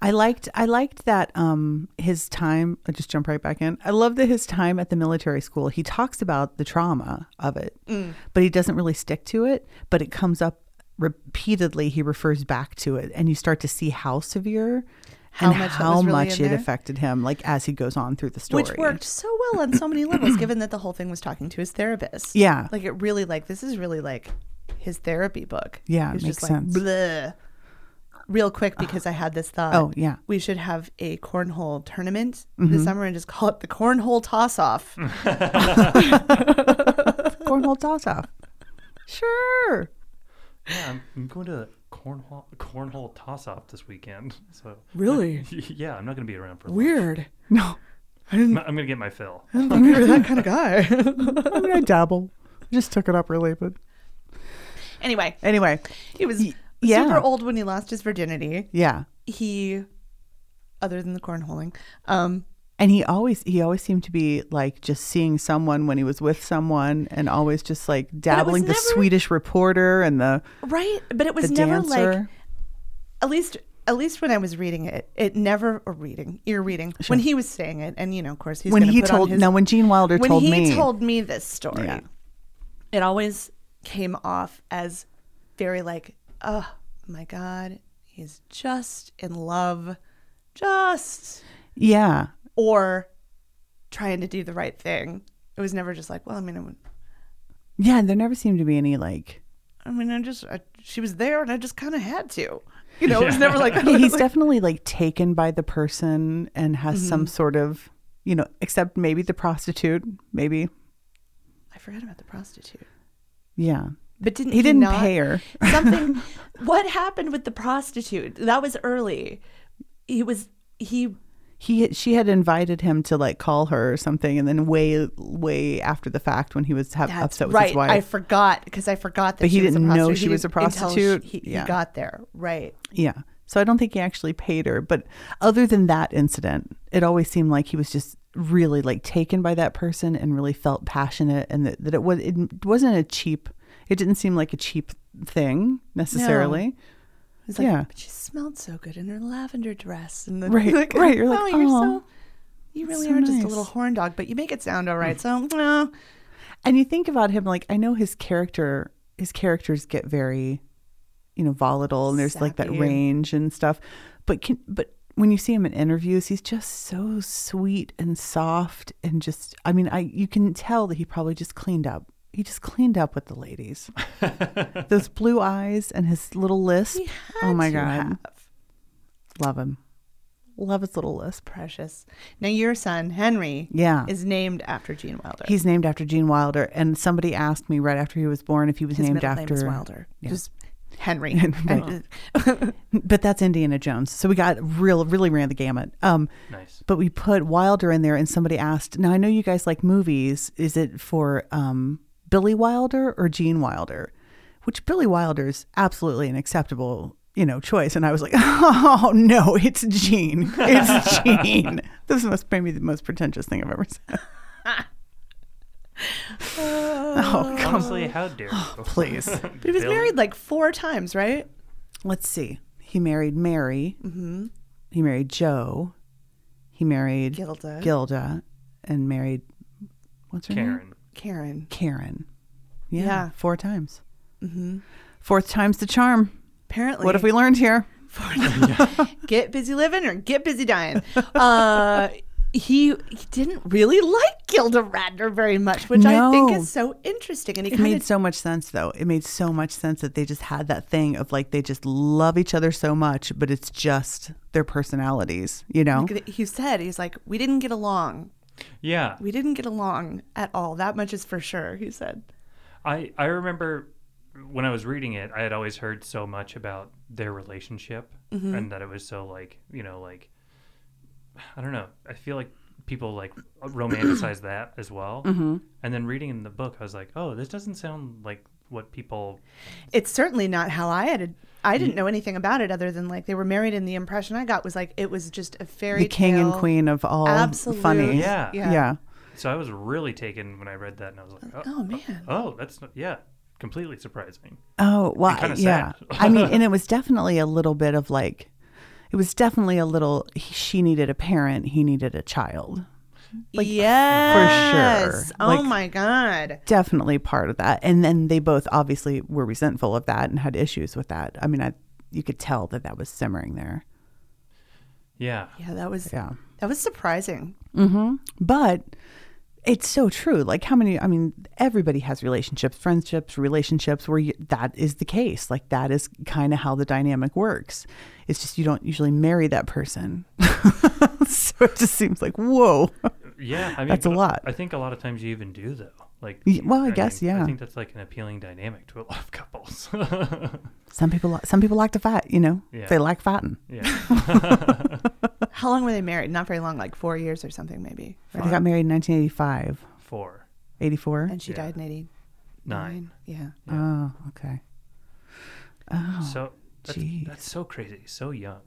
S5: I liked I liked that um his time I just jump right back in. I love that his time at the military school, he talks about the trauma of it,
S3: Mm.
S5: but he doesn't really stick to it, but it comes up repeatedly he refers back to it and you start to see how severe
S3: How
S5: and
S3: much that
S5: how
S3: was really
S5: much
S3: in
S5: it
S3: there.
S5: affected him like as he goes on through the story.
S3: Which worked so well on so many levels, given that the whole thing was talking to his therapist.
S5: Yeah.
S3: Like it really like this is really like his therapy book.
S5: Yeah, it
S3: He's
S5: makes
S3: just like,
S5: sense.
S3: Bleh. Real quick because I had this thought.
S5: Oh, yeah. Mm-hmm.
S3: We should have a cornhole tournament this summer and just call it the cornhole toss off.
S5: Cornhole toss off. Sure.
S4: Yeah, I'm, I'm going to the cornhole cornhole toss off this weekend. So
S3: Really?
S4: yeah, I'm not going to be around for. Weird.
S3: Weird.
S5: No.
S4: I'm going to get my fill.
S3: You're that kind of guy.
S5: I mean I dabble. Just took it up really, but
S3: anyway,
S5: anyway.
S3: he was
S5: Y- yeah.
S3: super old when he lost his virginity.
S5: Yeah.
S3: He other than the cornholing, um,
S5: And he always he always seemed to be like just seeing someone when he was with someone and always just like dabbling the
S3: never-
S5: Swedish reporter and the
S3: Right, but it
S5: the
S3: was never
S5: dancer.
S3: like at least at least when I was reading it, it never or reading ear reading when he was saying it, and you know, of course, he's
S5: when
S3: gonna
S5: he
S3: put on
S5: told
S3: his,
S5: no when Gene Wilder
S3: when
S5: told
S3: he
S5: me
S3: told me this story,
S5: Yeah.
S3: it always came off as very like, oh my god, he's just in love, just
S5: yeah
S3: or trying to do the right thing. It was never just like, well, I mean, I would-
S5: yeah there never seemed to be any like
S3: I mean, I just I, she was there, and I just kind of had to. You know, it was never like
S5: Yeah, he's definitely like taken by the person and has
S3: Mm-hmm.
S5: some sort of you know except maybe the prostitute maybe
S3: I forgot about the prostitute.
S5: yeah
S3: But didn't
S5: He didn't
S3: not-
S5: pay her.
S3: Something. what happened with the prostitute? That was early. He was he.
S5: he she had invited him to like call her or something and then way way after the fact when he was ha-
S3: That's
S5: upset with
S3: right.
S5: his wife
S3: I forgot because I forgot that.
S5: But he
S3: she was a
S5: didn't know
S3: prostitute.
S5: she was a
S3: didn't- until
S5: prostitute.
S3: she- he,
S5: Yeah.
S3: he got there right.
S5: Yeah. So I don't think he actually paid her. But other than that incident, it always seemed like he was just really like taken by that person and really felt passionate and that, that it was it wasn't a cheap it didn't seem like a cheap thing necessarily.
S3: It's like,
S5: Yeah.
S3: But she smelled so good in her lavender dress and the
S5: Right,
S3: like,
S5: right. You're like,
S3: oh, you're
S5: "Aw,
S3: so. You really
S5: so
S3: are just a little
S5: nice." Mm.
S3: horn dog, but you make it sound all right. So no,
S5: And you think about him like I know his character his characters get very you know volatile and there's like that
S3: Sappy.
S5: range and stuff. But can but when you see him in interviews, he's just so sweet and soft and just I mean I you can tell that he probably just cleaned up. He just cleaned up with the ladies. Those blue eyes and his little lisp. oh my
S3: to
S5: god.
S3: have.
S5: Love him. Love his little lisp.
S3: Precious. Now your son Henry,
S5: Yeah.
S3: is named after Gene Wilder.
S5: He's named after Gene Wilder, and somebody asked me right after he was born if he was
S3: His
S5: named
S3: middle
S5: after
S3: name is Wilder.
S5: Yeah.
S3: Just Henry. And-
S5: But that's Indiana Jones, so we got real, really ran the gamut. Um,
S4: Nice.
S5: but we put Wilder in there, and somebody asked, "Now I know you guys like movies. Is it for um, Billy Wilder or Gene Wilder?" Which Billy Wilder is absolutely an acceptable, you know, choice. And I was like, "Oh no, it's Gene. It's Gene. this must maybe the most pretentious thing I've ever said." oh God.
S4: Honestly, how dare you?
S5: Please.
S3: but he was married like four times, right?
S5: let's see. He married Mary. Mm-hmm. He married Joe. He married
S3: Gilda.
S5: Gilda, and married what's her name?
S4: Karen.
S3: Karen.
S5: Karen. Yeah,
S3: Yeah.
S5: four times. Mm-hmm. Fourth time's the charm.
S3: Apparently.
S5: What have we learned here?
S3: get busy living or get busy dying? Uh, he, he didn't really like Gilda Radner very much, which I think
S5: No.
S3: is so interesting. And he
S5: It
S3: kind
S5: made
S3: of
S5: so much sense, though. It made so much sense that they just had that thing of like they just love each other so much, but it's just their personalities, you know?
S3: he said he's like we didn't get along.
S4: Yeah.
S3: We didn't get along at all. That much is for sure. He said.
S4: I, I remember when I was reading it, I had always heard so much about their relationship and that it was so like, you know, like, I don't know. I feel like people like romanticize that as well. And then reading in the book, I was like, oh, this doesn't sound like what people.
S3: It's certainly not how I had. I
S5: Mm.
S3: didn't know anything about it other than like they were married, and the impression I got was like it was just a fairy
S5: The king and
S3: tale,
S5: queen of all
S3: absolute-
S5: funny.
S4: Yeah.
S3: Yeah.
S5: yeah.
S4: So I was really taken when I read that and I was like, oh,
S3: Oh man,
S4: oh that's, not, yeah, completely surprising.
S5: Oh, well,
S4: kinda
S5: yeah.
S4: sad.
S5: I mean, and it was definitely a little bit of like, it was definitely a little, he, she needed a parent, he needed a child.
S3: yes, Oh
S5: Like-
S3: my god.
S5: Definitely part of that. And then they both obviously were resentful of that and had issues with that. I mean, I, you could tell that that was simmering there.
S4: Yeah.
S3: Yeah, that was
S5: Yeah.
S3: that was surprising.
S5: But it's so true. Like, how many, I mean, everybody has relationships, friendships, relationships where you, that is the case. Like, that is kind of how the dynamic works. It's just you don't usually marry that person. so it just seems like, whoa.
S4: Yeah, I mean,
S5: That's a
S4: but
S5: lot.
S4: I think a lot of times you even do though. Like,
S5: Y- well, I guess,
S4: mean,
S5: yeah.
S4: I think that's like an appealing dynamic to a lot of couples.
S5: Some people, li- some people like to fight, you know,
S4: Yeah.
S5: they like fighting.
S4: yeah,
S3: How long were they married? Not very long, like four years or something, maybe. right?
S5: They got married in 1985,
S4: four,
S5: 84.
S3: And she
S4: Yeah.
S3: died in eighty nine.
S4: nine.
S3: Yeah.
S5: Oh, okay.
S4: so that's,
S5: jeez.
S4: that's so crazy. So young.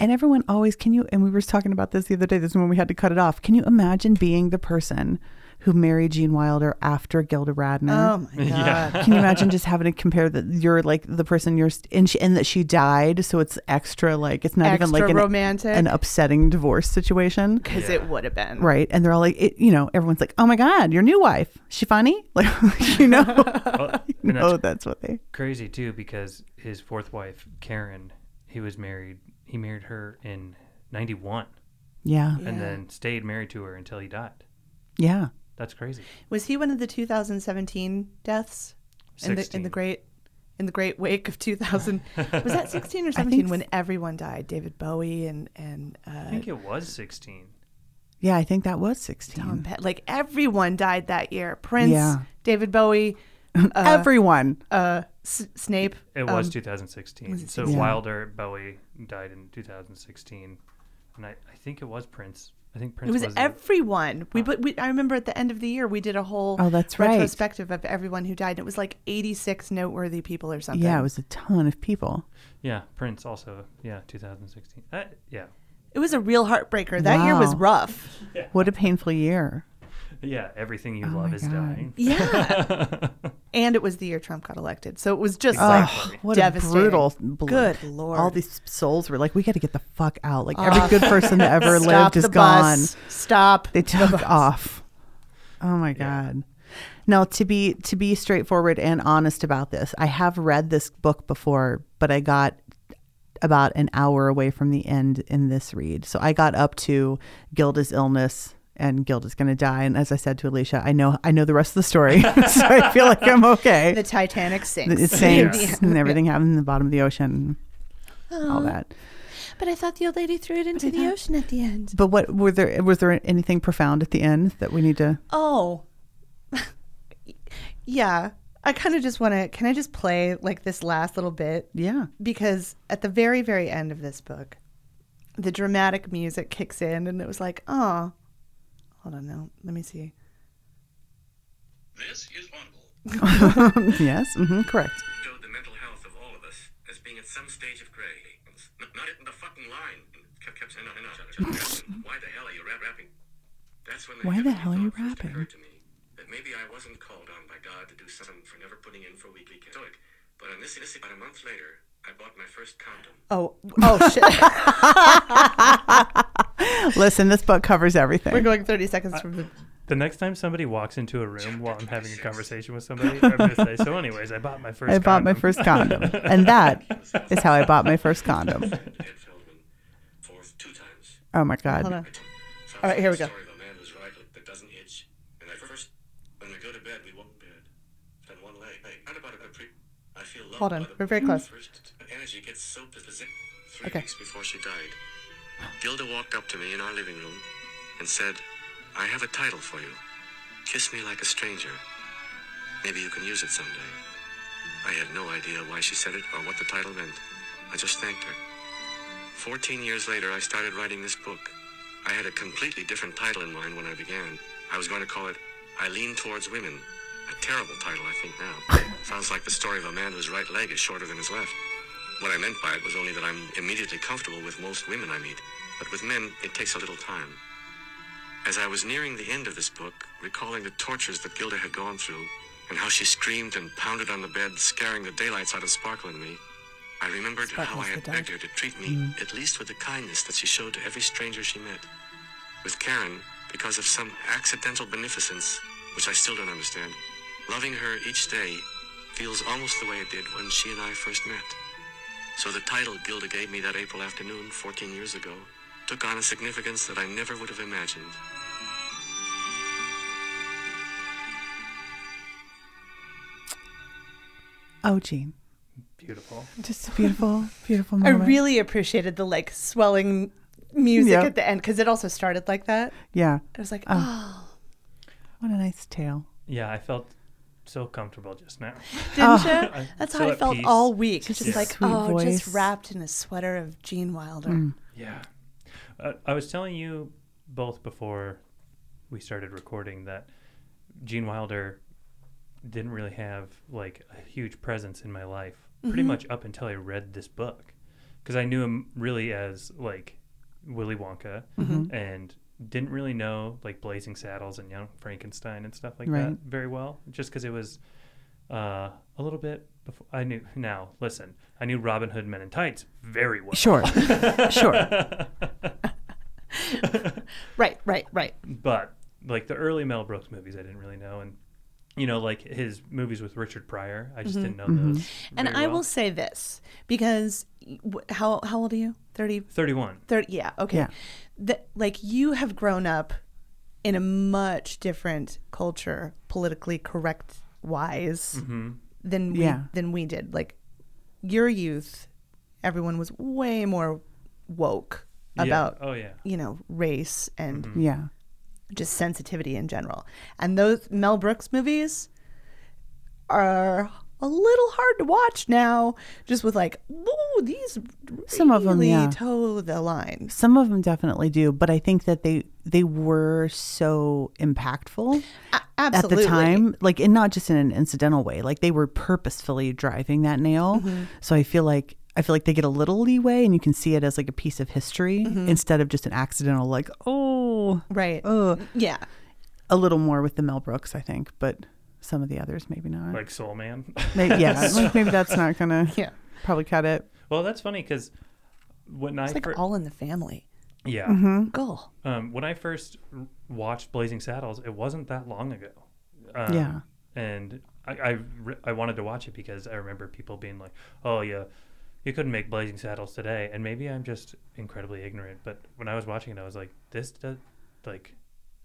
S5: And everyone always, can you, and we were talking about this the other day, this is when we had to cut it off. Can you imagine being the person who married Gene Wilder after Gilda Radner?
S3: Oh my god.
S5: Can you imagine just having to compare that you're like the person you're st- and she, and that she died, so it's extra like it's not even
S3: Extra
S5: like an,
S3: romantic.
S5: an upsetting divorce situation,
S3: Because it would have been.
S5: right? And they're all like, it, you know, everyone's like, oh my god, your new wife, she funny, like you know,
S4: Well, and that's
S5: oh that's what they
S4: crazy too because his fourth wife, Karen, he was married. He married her in '91,
S5: yeah yeah.
S3: Yeah.
S4: and then stayed married to her until he died. That's crazy.
S3: Was he one of the 2017 deaths in the in the
S4: 16.
S3: great in the great wake of 2000? was that 16 or 17 when everyone died? David Bowie and and
S4: I
S3: uh,
S4: think it was 16.
S5: Yeah, I think that was 16.
S3: Tom Petty. Like everyone died that year. Prince,
S5: Yeah.
S3: David Bowie,
S5: Everyone.
S3: uh, S- Snape. um,
S4: It was
S5: Um,
S4: 2016. so
S5: Yeah.
S4: Wilder Bowie died in 2016, and I, I think it was Prince. I think Prince
S3: It was
S4: was the-
S3: everyone. We, but we, I remember at the end of the year we did a whole
S5: Oh, that's right.
S3: retrospective of everyone who died. and It was like 86 noteworthy people or something.
S5: Yeah, it was a ton of people.
S4: Yeah, Prince also. Yeah, 2016. Uh, yeah,
S3: It was a real heartbreaker. That year was
S5: Wow.
S3: rough.
S5: What a painful year.
S4: yeah. Everything you love is
S5: Oh God.
S4: dying.
S3: Yeah. and it was the year Trump got elected. So it was just
S5: Oh,
S4: Exactly.
S3: like
S5: What
S3: devastating.
S5: a brutal bl-
S3: Good lord.
S5: All these souls were like, we got to get the fuck out. Like every good person that ever
S3: Stop
S5: lived is
S3: the
S5: gone.
S3: bus. Stop.
S5: They took off. Oh my God. Now, to be to be straightforward and honest about this, I have read this book before, but I got about an hour away from the end in this read. So I got up to Gilda's illness and Gilda's going to die and as I said to Alicia, I know I know the rest of the story. so I feel like I'm okay.
S3: The Titanic sinks.
S5: It sinks and everything happened in the bottom of the ocean, all
S3: Oh,
S5: that.
S3: But I thought the old lady threw it into the ocean at the end.
S5: But what were there? Was there anything profound at the end that we need to?
S3: Oh. yeah. I kind of just want to. Can I just play like this last little bit?
S5: Yeah.
S3: because at the very very end of this book the dramatic music kicks in and it was like oh hold on now let me see
S1: This is Audible.
S5: yes. hmm correct.
S1: Show the mental health of all of us as being at some stage of gray. N- not in the fucking line. Kept- kept saying, "No, no, no, no." Why the hell are you rap- rapping? That's when
S5: Why the
S1: heavenly
S5: hell are you
S1: thought first
S5: rapping?
S1: occurred to me that maybe I wasn't called on by God to do something for never putting in for weekly Catholic. But on this, this about a month later, I bought my first condom.
S3: oh oh shit
S5: Listen, this book covers
S3: we're
S5: everything.
S3: going 30 seconds from the
S4: The next time somebody walks into a room while I'm having a conversation with somebody, I'm gonna say, "So, anyways, I bought my first.
S5: I bought my
S4: condom."
S5: first condom, and that is how I bought my first condom.
S1: Ed Feldman, for two times.
S5: Oh my
S3: hold
S5: god.
S3: on
S1: Sounds
S3: All right,
S1: like
S3: here
S1: the
S3: we go.
S1: Story of a man whose right leg that doesn't itch. And at first, when we go to bed, we won't bed. Then one leg. Hey, what about a pre- I feel loved
S3: Hold on,
S1: by the-
S3: we're very close.
S1: First, energy gets so possessive. Three
S3: Okay.
S1: weeks before she died, Gilda walked up to me in our living room and said, "I have a title for you. Kiss me like a stranger. Maybe you can use it someday." I had no idea why she said it or what the title meant. I just thanked her. Fourteen years later, I started writing this book. I had a completely different title in mind when I began. I was going to call it I Lean Towards Women. A terrible title, I think, now. Sounds like the story of a man whose right leg is shorter than his left. What I meant by it was only that I'm immediately comfortable with most women I meet, but with men, it takes a little time. As I was nearing the end of this book, recalling the tortures that Gilda had gone through, and how she screamed and pounded on the bed, scaring the daylights out of Sparkle and me, I remembered how I had begged her to treat me at least with the kindness that she showed to every stranger she met. With Karen, because of some accidental beneficence, which I still don't understand, loving her each day feels almost the way it did when she and I first met. So the title Gilda gave me that April afternoon 14 years ago took on a significance that I never would have imagined.
S5: Oh, Jean,
S4: Beautiful.
S5: just a beautiful, beautiful
S3: i
S5: moment.
S3: really appreciated the like swelling music
S5: Yeah.
S3: at the end because it also started like that
S5: yeah.
S3: i was like oh,
S5: What a nice tale.
S4: Yeah, I felt so comfortable just now.
S3: didn't ya? that's
S4: so
S3: how i
S4: at
S3: felt
S4: peace.
S3: all week just
S5: his
S3: like
S5: sweet
S3: oh
S5: voice.
S3: just wrapped in a sweater of gene wilder
S4: Yeah. Uh, I was telling you both before we started recording that Gene Wilder didn't really have like a huge presence in my life pretty much up until I read this book because I knew him really as like Willy Wonka and didn't really know like Blazing Saddles and Young Frankenstein and stuff like
S5: Right.
S4: that very well just because it was uh, a little bit before I knew now listen I knew Robin Hood Men in Tights very well
S5: Sure. sure.
S3: right right right
S4: but like the early Mel Brooks movies, I didn't really know, and you know, like his movies with Richard Pryor, I just didn't know those.
S3: Mm-hmm. and
S4: very
S3: i
S4: well.
S3: will say this because w- how, how old are you 30
S4: 31.
S3: 30 yeah okay
S5: Yeah.
S3: That like you have grown up in a much different culture politically correct wise
S4: Mm-hmm.
S3: than we
S5: Yeah.
S3: than we did like your youth everyone was way more woke
S4: Yeah.
S3: about
S4: oh yeah, Mm-hmm.
S3: you know race and
S5: Yeah.
S3: just sensitivity in general and those mel brooks movies are a little hard to watch now just with like whoa these
S5: Some of 'em,
S3: really
S5: yeah.
S3: toe the line
S5: Some of them definitely do, but I think that they they were so impactful
S3: A- absolutely
S5: at the time, like and not just in an incidental way. Like they were purposefully driving that nail. So I feel like I feel like they get a little leeway, and you can see it as like a piece of history instead of just an accidental like oh
S3: Right.
S5: oh.
S3: Yeah.
S5: A little more with the Mel Brooks, I think, but some of the others maybe not.
S4: like Soul Man.
S5: maybe, yeah, like maybe that's not gonna
S3: Yeah.
S5: probably cut it.
S4: well, that's funny because when I
S3: It's like
S4: fir-
S3: all Mm-hmm. in the family.
S4: yeah
S3: Go.
S4: um, when I first r- watched Blazing Saddles, it wasn't that long ago. Um,
S5: Yeah.
S4: and I I, re- I wanted to watch it because I remember people being like, "Oh yeah, you couldn't make Blazing Saddles today." And maybe I'm just incredibly ignorant, but when I was watching it, I was like, "This does like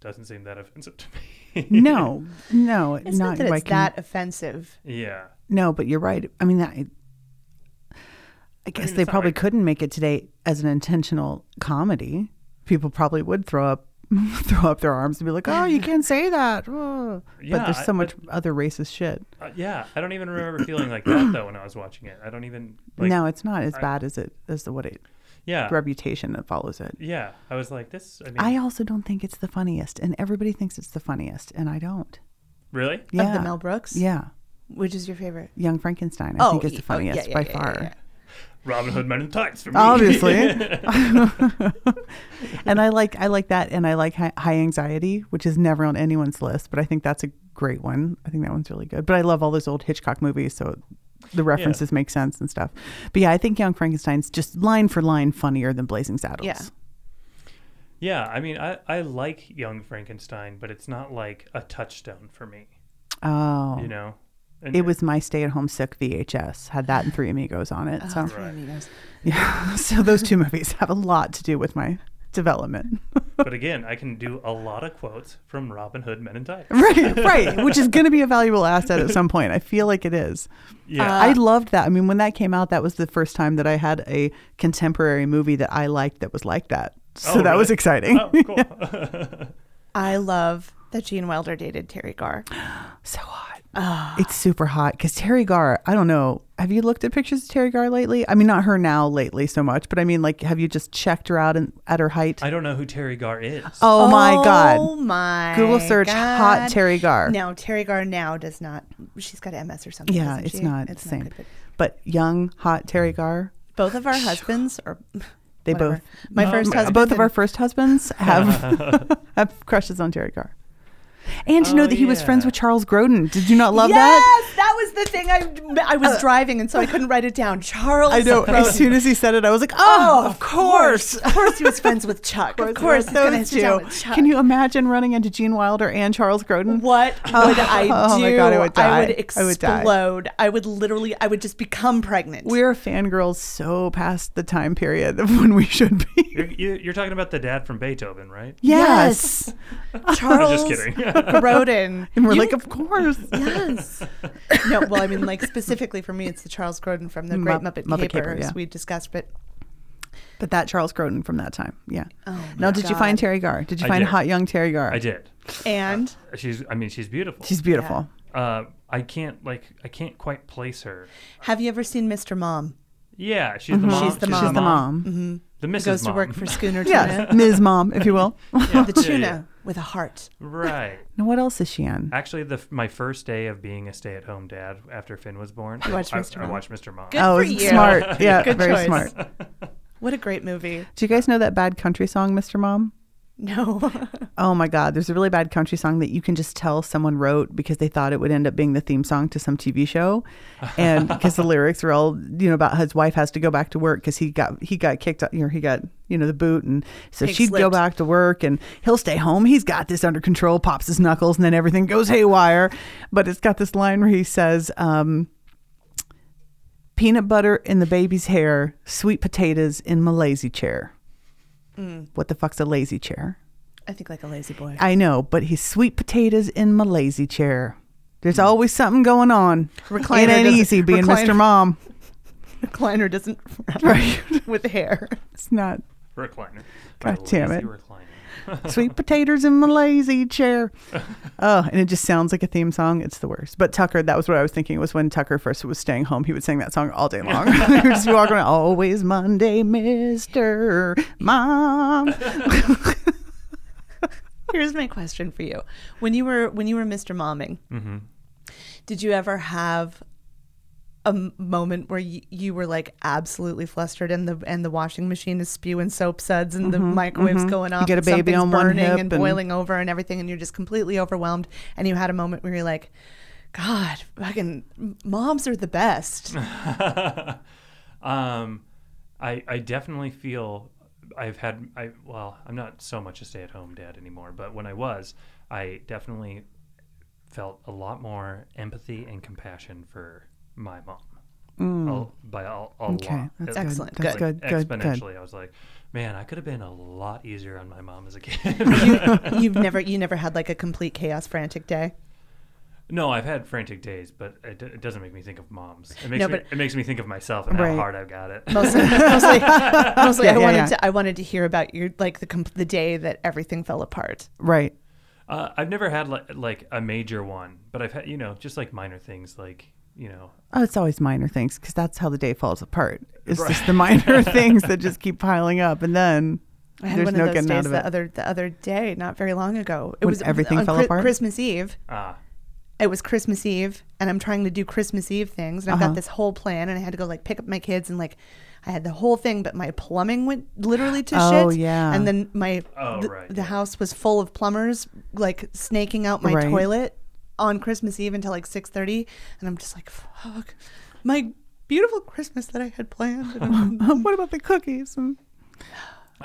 S4: doesn't seem that offensive to me."
S5: No, no,
S3: It's not, that
S5: by
S3: it's
S5: com-
S3: that offensive.
S4: yeah,
S5: No, but you're right. I mean, I, I
S4: mean,
S5: guess they
S4: it's not
S5: probably
S4: like-
S5: couldn't make it today as an intentional comedy. People probably would throw up, throw up their arms and be like, "Oh, you can't say that." Oh. but
S4: Yeah,
S5: there's so
S4: I-
S5: much other racist shit.
S4: uh, yeah. I don't even remember feeling like that though when I was watching it. I don't even like.
S5: no, it's not as bad as it as the what it
S4: Yeah.
S5: reputation that follows it.
S4: Yeah, I was like, this. I mean,
S5: I also don't think it's the funniest, and everybody thinks it's the funniest, and I don't.
S4: really?
S5: Yeah,
S3: Of the Mel Brooks?
S5: yeah,
S3: Which is your favorite?
S5: Young Frankenstein. I think is
S3: yeah,
S5: the funniest
S3: oh, yeah,
S5: by
S3: yeah, yeah,
S5: far.
S3: yeah.
S4: Robin Hood Men in Tights for me.
S5: obviously. and I like I like that, and I like high, high anxiety, which is never on anyone's list, but I think that's a great one. I think that one's really good. But I love all those old Hitchcock movies, so the references make sense and stuff. But yeah, I think Young Frankenstein's just line for line funnier than Blazing Saddles.
S3: Yeah.
S4: yeah, I mean, I, I like Young Frankenstein, but it's not like a touchstone for me,
S5: Oh.
S4: you know? And
S5: It was my stay-at-home sick VHS had that and Three Amigos on it. So,
S3: Oh, Three Amigos.
S5: yeah. so those two movies have a lot to do with my development.
S4: But again, I can do a lot of quotes from Robin Hood Men in Tights.
S5: right, right, which is going to be a valuable asset at some point. I feel like it is.
S3: Uh,
S4: Yeah.
S5: I loved that. I mean, when that came out, that was the first time that I had a contemporary movie that I liked that was like that. So
S4: Oh,
S5: that was
S4: really?
S5: exciting.
S4: oh, cool.
S3: I love that Gene Wilder dated Terry Garr.
S5: so hot. It's super hot because Terry Garr, I don't know. Have you looked at pictures of Terry Garr lately? I mean, not her now lately so much, but I mean, like, have you just checked her out and at her height?
S4: I don't know who Terry Garr is.
S5: oh, my
S3: Oh
S5: God.
S3: my.
S5: Google search hot
S3: God.
S5: Terry Garr.
S3: No, Terry Garr now does not. She's got MS or something.
S5: Yeah,
S3: doesn't
S5: it's
S3: she?
S5: not the same.
S3: good, but
S5: But young, hot Terry
S4: Mm.
S5: Garr.
S3: both of our husbands are.
S5: They
S3: whatever.
S5: both.
S4: Um,
S3: My first husband.
S5: Both of our
S3: and-
S5: first husbands have have crushes on Terry Garr. And you know
S4: Oh,
S5: that he was friends
S4: yeah.
S5: with Charles Grodin. Did you not love
S3: yes,
S5: that? Uh,
S3: was the thing I I was driving and so I couldn't write it down. Charles.
S5: I know.
S3: Grodin.
S5: As soon as he said it, I was like, "Oh, of course."
S3: Of course, he was friends with Chuck. Of course, he's gonna
S5: those
S3: sit down
S5: two.
S3: with Chuck.
S5: Can you imagine running into Gene Wilder and Charles Grodin?
S3: What would I do?
S5: oh my God, I would die. I would die.
S3: explode. I would literally. I would just become pregnant.
S5: We're fangirls so past the time period of when we should be.
S4: You're, you- you're talking about the dad from Beethoven, right?
S5: Yes.
S3: Charles.
S4: Just kidding.
S3: Grodin.
S5: And we're like, of course.
S3: Yes. no, well, I mean, like specifically for me, it's the Charles Grodin from the Great
S5: Mupp-
S3: Muppet,
S5: Muppet Caper,
S3: Caper, as
S5: yeah.
S3: we discussed. But
S5: But that Charles Grodin from that time. Yeah. now, did you
S3: Oh God.
S5: find Terry Garr? Did you
S4: I
S5: find
S4: did.
S5: hot young Terry Garr?
S4: I did.
S3: and
S4: She's, I mean, she's beautiful.
S5: She's beautiful.
S4: uh, I can't, like, I can't quite place her.
S3: have you ever seen Mr. Mom?
S4: Yeah, she's the mom.
S3: She's the
S5: Mm-hmm. She's the mom. Mm-hmm.
S4: The Mrs.
S3: Goes
S4: mom.
S3: to work for Schooner
S5: Yeah,
S3: Tuna.
S5: Ms. Mom, if you will.
S3: The
S4: Yeah,
S3: tuna
S4: yeah.
S3: with a heart.
S4: Right.
S5: Now, what else is she on?
S4: Actually, the f- my first day of being a stay-at-home dad after Finn was born, I
S3: watched
S4: I,
S3: Mr.
S4: I
S3: Mom.
S4: watched Mr. Mom.
S3: Good
S5: oh,
S3: for
S5: it's
S3: you.
S5: smart. Yeah,
S3: Good
S5: very
S3: choice.
S5: smart.
S3: What a great movie.
S5: Do you guys know that bad country song, Mr. Mom?
S3: No.
S5: Oh my God, there's a really bad country song that you can just tell someone wrote because they thought it would end up being the theme song to some TV show, and because the lyrics are all you know about his wife has to go back to work because he got he got kicked out, you know he got you know the boot and so
S3: Pig
S5: she'd go
S3: slipped.
S5: back to work and he'll stay home he's got this under control pops his knuckles and then everything goes haywire, but it's got this line where he says. um Peanut butter in the baby's hair, sweet potatoes in my lazy chair.
S3: Mm.
S5: What the fuck's a lazy chair?
S3: I think like a lazy boy.
S5: I know, but he's sweet potatoes in my lazy chair. There's always something going on.
S3: Recliner
S5: it ain't
S3: doesn't-
S5: easy being
S3: recliner-
S5: Mr. Mom.
S3: Kleiner doesn't wrap
S5: Right.
S3: with hair.
S5: It's not
S4: Recliner.
S5: God
S4: My
S5: damn
S4: lazy
S5: it.
S4: Recliner.
S5: sweet potatoes in my lazy chair. Oh, and it just sounds like a theme song. It's the worst. But Tucker, that was what I was thinking was when Tucker first was staying home, he would sing that song all day long. he would just walk around, always Monday, Mr. Mom.
S3: Here's my question for you. When you were when you were Mr. Momming, did you ever have a m- moment where you, you were like absolutely flustered and the and the washing machine is spewing soap suds and the microwave's going off
S5: Mm-hmm. get a
S3: and
S5: baby
S3: something's
S5: on one
S3: burning
S5: hip
S3: and
S5: and-
S3: boiling over and everything and you're just completely overwhelmed and you had a moment where you're like god fucking moms are the best
S4: um, I I definitely feel I've had I well I'm not so much a stay-at-home dad anymore, but when I was, I definitely felt a lot more empathy and compassion for my mom. A- by a, a
S5: Mm. Okay,
S4: lot.
S5: that's
S4: It-
S5: good.
S3: Excellent.
S5: That's
S4: like
S5: good. Good.
S4: exponentially.
S5: Good.
S4: I was like, man, I could have been a lot easier on my mom as a kid.
S3: You've never you never had like a complete chaos frantic day.
S4: no, I've had frantic days, but it, d- it doesn't make me think of moms. It makes
S3: No,
S4: me,
S3: but-
S4: it makes me think of myself and
S5: Right.
S4: how hard I've got it.
S3: Mostly, mostly, mostly
S5: Yeah,
S3: I
S5: yeah,
S3: wanted
S5: yeah.
S3: to I wanted to hear about your like the com- the day that everything fell apart.
S5: Right.
S4: Uh, I've never had like, like a major one, but I've had you know just like minor things like you know
S5: Oh, it's always minor things because that's how the day falls apart. It's just the minor things that just keep piling up, and then
S3: I had
S5: there's
S3: one
S5: no
S3: of those
S5: getting
S3: days
S5: out of
S3: the
S5: it.
S3: other the other day, not very long ago. It
S5: When
S3: was
S5: everything
S3: on
S5: fell apart?
S3: Christmas Eve.
S4: ah
S3: It was Christmas Eve, and I'm trying to do Christmas Eve things, and I've got this whole plan, and I had to go like pick up my kids, and like I had the whole thing, but my plumbing went literally to
S5: Oh,
S3: shit.
S5: yeah.
S3: and then my
S4: Oh,
S3: th-
S4: right,
S3: the
S4: yeah.
S3: house was full of plumbers like snaking out my
S5: Right.
S3: toilet on Christmas Eve until like 6:30, and I'm just like, fuck, my beautiful Christmas that I had planned. And I'm-
S5: what about the cookies? Mm.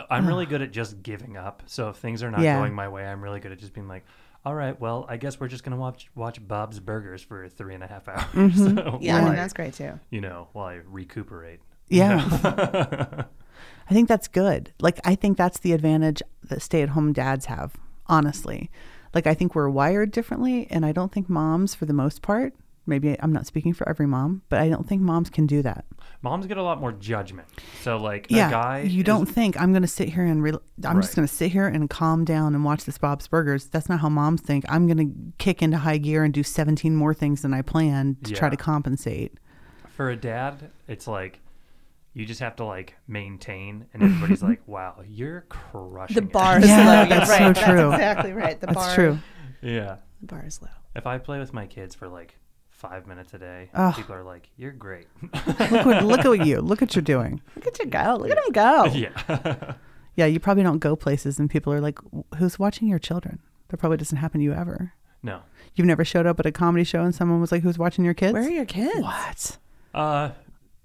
S4: I'm really good at just giving up. So if things are not
S5: Yeah.
S4: going my way, I'm really good at just being like, all right, well, I guess we're just gonna watch watch Bob's Burgers for three and a half hours.
S5: Mm-hmm.
S4: So
S3: yeah, I
S4: while
S3: mean that's great too.
S4: You know, while I recuperate.
S5: Yeah. I think that's good. Like, I think that's the advantage that stay at home dads have, honestly. Like, I think we're wired differently. And I don't think moms, for the most part, maybe I'm not speaking for every mom, but I don't think moms can do that.
S4: Moms get a lot more judgment. So like
S5: yeah.
S4: a guy,
S5: you
S4: is-
S5: don't think I'm going to sit here and re- I'm just
S4: Right.
S5: going to sit here and calm down and watch this Bob's Burgers. That's not how moms think. I'm going to kick into high gear and do 17 more things than I planned to try
S4: Yeah.
S5: to compensate.
S4: for a dad. It's like you just have to like maintain, and everybody's like, wow, you're crushing.
S3: The
S4: it."
S3: bar is
S5: Yeah,
S3: low. You're
S5: that's so
S3: right.
S5: true.
S3: That's exactly right. The
S5: That's
S3: bar,
S5: true.
S4: Yeah.
S3: The bar is low.
S4: If I play with my kids for like five minutes a day, people are like, you're great.
S5: Look what, look at you. Look what you're doing.
S3: Look at you go. Look at him go.
S4: yeah.
S5: Yeah, you probably don't go places and people are like, "Wh- who's watching your children? That probably doesn't happen to you ever.
S4: No.
S5: You've never showed up at a comedy show and someone was like, who's watching your kids?
S3: Where are your kids?
S5: What?
S4: Uh,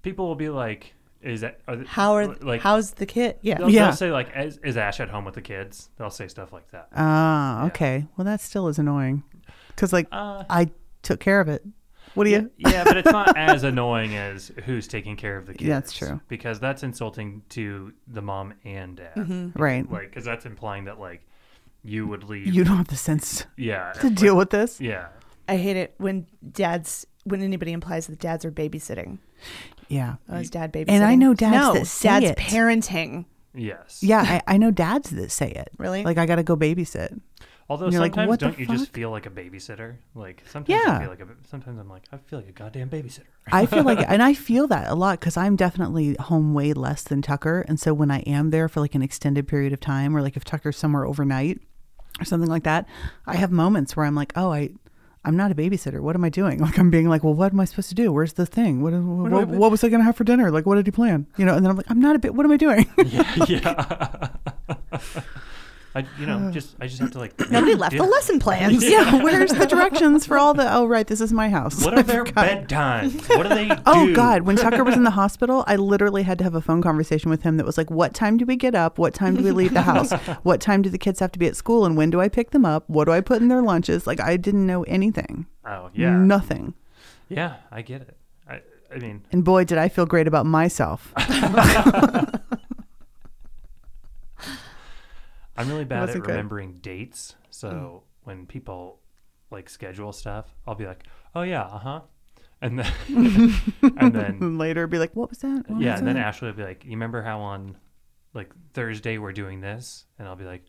S4: people will be like, "Is that are th-
S3: How are
S4: l- like?"
S3: how's the kid? Yeah.
S4: they'll,
S5: Yeah.
S4: they'll say like, is, "Is Ash at home with the kids?" They'll say stuff like that.
S5: Ah, okay. Well, that still is annoying. Because, like,
S4: Uh,
S5: I took care of it. What do you?
S4: yeah, but it's not as annoying as who's taking care of the kids.
S5: Yeah, that's true.
S4: Because that's insulting to the mom and dad.
S5: Right.
S4: Like, because that's implying that like you would leave.
S5: You don't have the sense
S4: yeah.
S5: to deal with this.
S4: yeah.
S3: I hate it when dads when anybody implies that dads are babysitting.
S5: Yeah.
S3: Oh, is dad babysitting?
S5: And I know dads
S3: no,
S5: that say
S3: dad's
S5: it.
S3: parenting.
S4: Yes.
S5: Yeah, I, I know dads that say it.
S3: Really?
S5: Like, I got to go babysit.
S4: Although
S5: And you're like,
S4: sometimes
S5: "What the
S4: don't you just
S5: fuck?"
S4: feel like a babysitter? Like sometimes I
S5: Yeah.
S4: feel like a, sometimes I'm like I feel like a goddamn babysitter.
S5: I feel like, and I feel that a lot because I'm definitely home way less than Tucker. And so when I am there for like an extended period of time, or like if Tucker's somewhere overnight or something like that, I have moments where I'm like, oh, I. I'm not a babysitter. What am I doing? Like I'm being like, well, what am I supposed to do? Where's the thing? What, what, what, was I gonna have for dinner? Like, what did he plan? You know? And then I'm like, I'm not a bit. What am I doing?
S4: yeah. I, you know, just I just have to like.
S3: Nobody left
S4: Yeah.
S3: the lesson plans.
S5: yeah. Where's the directions for all the? Oh, right. This is my house.
S4: What are their bedtimes? What do they do?
S5: Oh God! When Tucker was in the hospital, I literally had to have a phone conversation with him that was like, "What time do we get up? What time do we leave the house? What time do the kids have to be at school? And when do I pick them up? What do I put in their lunches?" Like I didn't know anything,
S4: Oh yeah,
S5: nothing.
S4: yeah. I get it. I, I mean,
S5: And boy, did I feel great about myself.
S4: I'm really bad at
S5: wasn't good. Mm.
S4: remembering dates. So when people like schedule stuff, I'll be like, oh yeah, uh huh, and then and then
S5: and later, be like, "What was that?" What
S4: yeah,
S5: was
S4: and then
S5: that?"
S4: Ashley will be like, you remember how on like Thursday we're doing this, and I'll be like,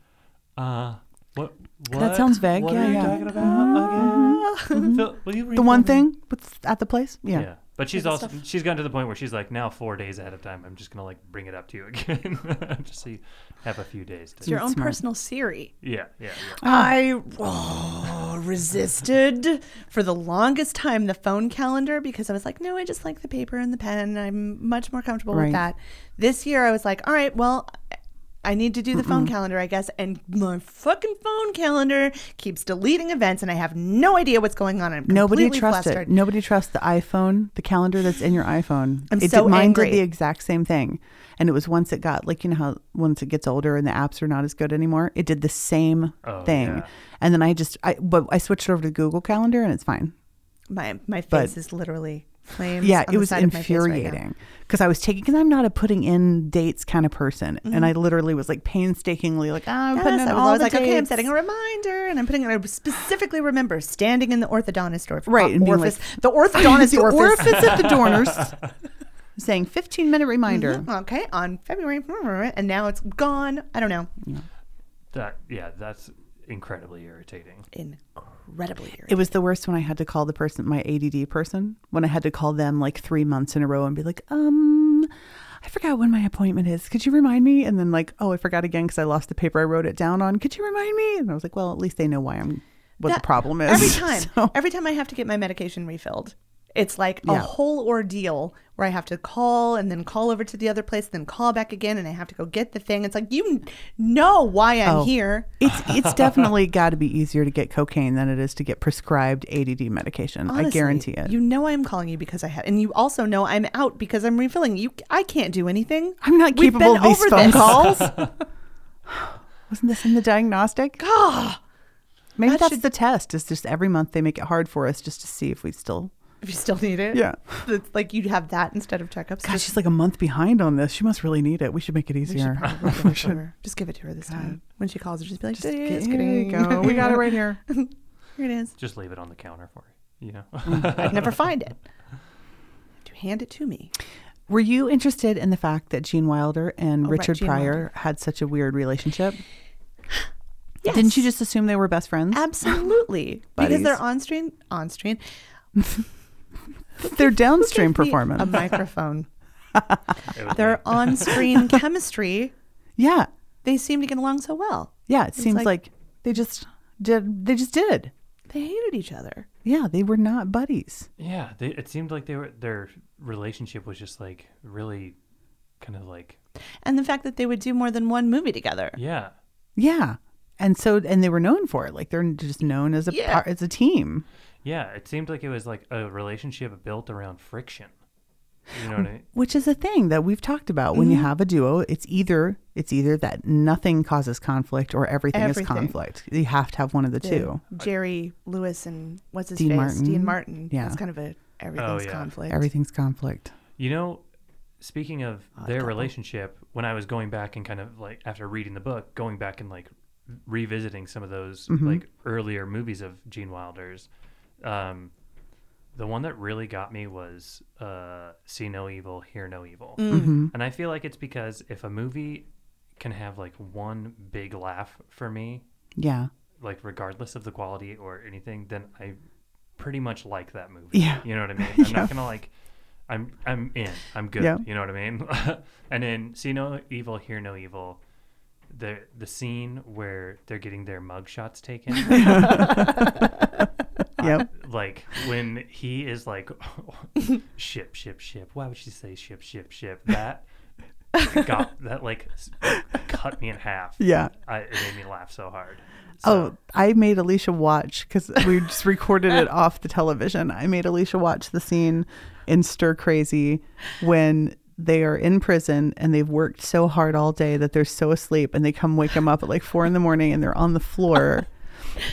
S4: uh. What, what?
S5: That sounds vague.
S4: What
S5: Yeah,
S4: are you
S5: yeah. Uh-huh. Mm-hmm.
S4: talking about? Okay. Phil, will you
S5: the
S4: read
S5: one
S4: that?
S5: thing with- at the place. Yeah.
S4: Yeah. But she's also she's gotten to the point where she's like, now four days ahead of time, I'm just gonna like bring it up to you again, just so you have a few days.
S3: It's
S4: To,
S3: your own
S5: Smart.
S3: personal Siri.
S4: yeah, yeah, yeah.
S3: I oh, resisted for the longest time the phone calendar because I was like, no, I just like the paper and the pen. I'm much more comfortable
S5: Right.
S3: with that. This year, I was like, all right, well, I need to do the phone calendar, I guess. And my fucking phone calendar keeps deleting events, and I have no idea what's going on. I'm
S5: Nobody
S3: completely
S5: trusts
S3: flustered.
S5: it. Nobody trusts the iPhone, the calendar that's in your iPhone.
S3: I'm
S5: it
S3: so
S5: did, mine
S3: angry.
S5: did the exact same thing. And it was once it got like you know how once it gets older and the apps are not as good anymore, it did the same
S4: Oh,
S5: thing.
S4: yeah.
S5: And then I just I but I switched over to Google Calendar and it's fine.
S3: My my face
S5: But-
S3: is literally flames.
S5: Yeah,
S3: on
S5: it
S3: the
S5: was
S3: side of my face right now.
S5: infuriating because I was taking because I'm not a putting in dates kind of person, and I literally was like painstakingly like ah,
S3: Mm-hmm.
S5: I'm
S3: Yes,
S5: putting in
S3: I was
S5: all
S3: always
S5: the
S3: like, okay, I'm
S5: dates."
S3: setting a reminder, and I'm putting. I specifically remember standing in the orthodontist or
S5: Right, and being like-
S3: orifice, the orthodontist
S5: the
S3: orifice.
S5: orifice at the donors, saying 15 minute reminder.
S3: Okay, on February, and now it's gone. I don't know.
S4: That yeah, that's incredibly irritating.
S3: Incredibly irritating.
S5: It was the worst when I had to call the person, my ADD person, when I had to call them like three months in a row and be like, um, I forgot when my appointment is. Could you remind me? And then like, oh, I forgot again because I lost the paper I wrote it down on. Could you remind me? And I was like, well, at least they know why I'm what
S3: That-
S5: the problem is.
S3: Every time,
S5: So-
S3: every time I have to get my medication refilled, it's like a
S5: Yeah.
S3: whole ordeal where I have to call and then call over to the other place, then call back again, and I have to go get the thing. It's like you n- know why I'm
S5: Oh.
S3: here.
S5: It's it's definitely got to be easier to get cocaine than it is to get prescribed ADD medication. I
S3: Honestly,
S5: guarantee it.
S3: You know I'm calling you because I had, and you also know I'm out because I'm refilling. You, I can't do anything.
S5: I'm not
S3: We've
S5: capable
S3: been
S5: of these
S3: over
S5: phone
S3: this.
S5: calls. Wasn't this in the diagnostic?
S3: Ah,
S5: Maybe
S3: That
S5: that's
S3: should-
S5: the test. It's just every month they make it hard for us just to see if we still.
S3: if you still need it,
S5: Yeah.
S3: It's like you'd have that instead of checkups.
S5: God,
S3: Just-
S5: she's like a month behind on this. She must really need it. We should make it
S3: we should
S5: easier.
S3: probably give it to her. Just give it to her this time. When she calls, just be like,
S5: Just
S3: "Just
S5: get- here
S3: kidding.
S5: you go. We got it right here.
S3: Here it is.
S4: Just leave it on the counter for you. You know.
S5: Mm.
S3: I'd never find it. To hand it to me.
S5: Were you interested in the fact that Gene Wilder and
S3: Oh, right,
S5: Richard
S3: Gene
S5: Pryor
S3: Wilder.
S5: had such a weird relationship?
S3: Yes.
S5: Didn't you just assume they were best friends?
S3: Absolutely. because
S5: Buddies.
S3: they're on screen. On screen.
S5: Their downstream
S3: Give me
S5: performance.
S3: A microphone.
S4: It was
S3: Their
S4: like,
S3: on screen chemistry.
S5: yeah.
S3: They seem to get along so well.
S5: Yeah, it seems
S3: like-
S5: like, they just did. They just did.
S3: They hated each other.
S5: Yeah, they were not buddies.
S4: yeah, they, it seemed like they were their relationship was just like really kind of like
S3: And the fact that they would do more than one movie together.
S4: yeah.
S5: Yeah, and so and they were known for it. Like they're just known as a
S3: Yeah.
S5: par- as a team.
S4: Yeah, it seemed like it was like a relationship built around friction. You know what I mean?
S5: which is a thing that we've talked about when you
S3: Mm-hmm.
S5: have a duo it's either it's either that nothing causes conflict or everything,
S3: Everything.
S5: is conflict you have to have one of the, two
S3: Jerry Lewis and what's his
S5: Dean
S3: face?
S5: Martin.
S3: Dean Martin.
S5: Yeah.
S3: It's kind of a everything's
S4: yeah.
S3: conflict.
S5: everything's conflict
S4: You know, speaking of
S3: that
S4: their
S3: one.
S4: relationship, when I was going back and kind of like after reading the book, going back and like revisiting some of those like earlier movies of Gene Wilder's, um, the one that really got me was uh, See No Evil, Hear No Evil. And I feel like it's because if a movie can have like one big laugh for me,
S5: yeah
S4: like regardless of the quality or anything, then I pretty much like that movie.
S5: Yeah.
S4: You know what I mean? I'm not gonna like I'm I'm in. I'm good.
S5: Yeah.
S4: You know what I mean? and then see no evil, hear no evil. The the scene where they're getting their mug shots taken.
S5: yep
S4: like when he is like ship, ship, ship. Why would she say ship, ship, ship? That got that like s- cut me in half.
S5: yeah
S4: I, it made me laugh so hard. So-
S5: Oh, I made Alicia watch because we just recorded it off the television. I made Alicia watch the scene in Stir Crazy when they are in prison and they've worked so hard all day that they're so asleep and they come wake them up at like four in the morning and they're on the floor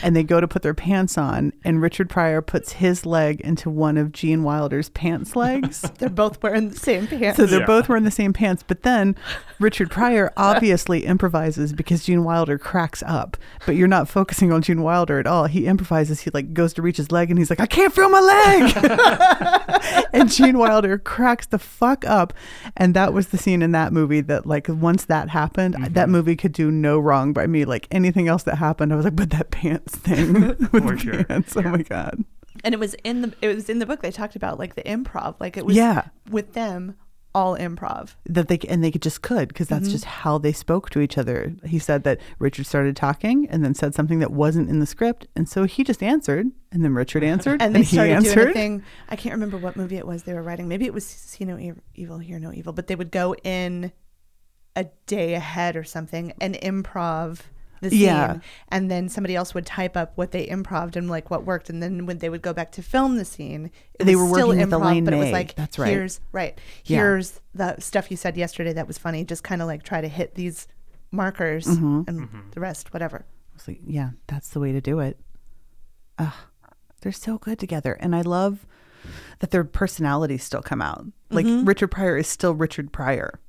S5: and they go to put their pants on and Richard Pryor puts his leg into one of Gene Wilder's pants legs.
S3: They're both wearing the same pants.
S5: So they're
S4: Yeah.
S5: both wearing the same pants, but then Richard Pryor obviously improvises because Gene Wilder cracks up. But you're not focusing on Gene Wilder at all. He improvises. He like goes to reach his leg, and he's like, "I can't feel my leg." and Gene Wilder cracks the fuck up. And that was the scene in that movie that like once that happened,
S4: Mm-hmm.
S5: that movie could do no wrong by me. Like anything else that happened, I was like, "But that pants thing with
S4: For
S5: the
S4: sure.
S5: pants. Oh my god."
S3: and it was in the it was in the book they talked about like the improv like it was
S5: Yeah.
S3: with them all improv
S5: that they and they could just could because
S3: Mm-hmm.
S5: that's just how they spoke to each other. He said that Richard started talking and then said something that wasn't in the script, and so he just answered, and then Richard answered,
S3: and they
S5: he
S3: started doing a
S5: answered.
S3: thing i can't remember what movie it was they were writing maybe it was see no E- evil hear no evil but they would go in a day ahead or something and improv the scene
S5: Yeah.
S3: and then somebody else would type up what they improved and like what worked and then when they would go back to film the scene it
S5: They
S3: was
S5: were
S3: still
S5: working with
S3: improv
S5: Elaine
S3: but it was
S5: May.
S3: like
S5: That's right.
S3: here's right
S5: Yeah.
S3: here's the stuff you said yesterday that was funny just kind of like try to hit these markers
S5: Mm-hmm.
S3: and the rest whatever
S5: It's like, yeah, that's the way to do it. Ugh, they're so good together, and I love that their personalities still come out. Like Richard Pryor is still Richard Pryor,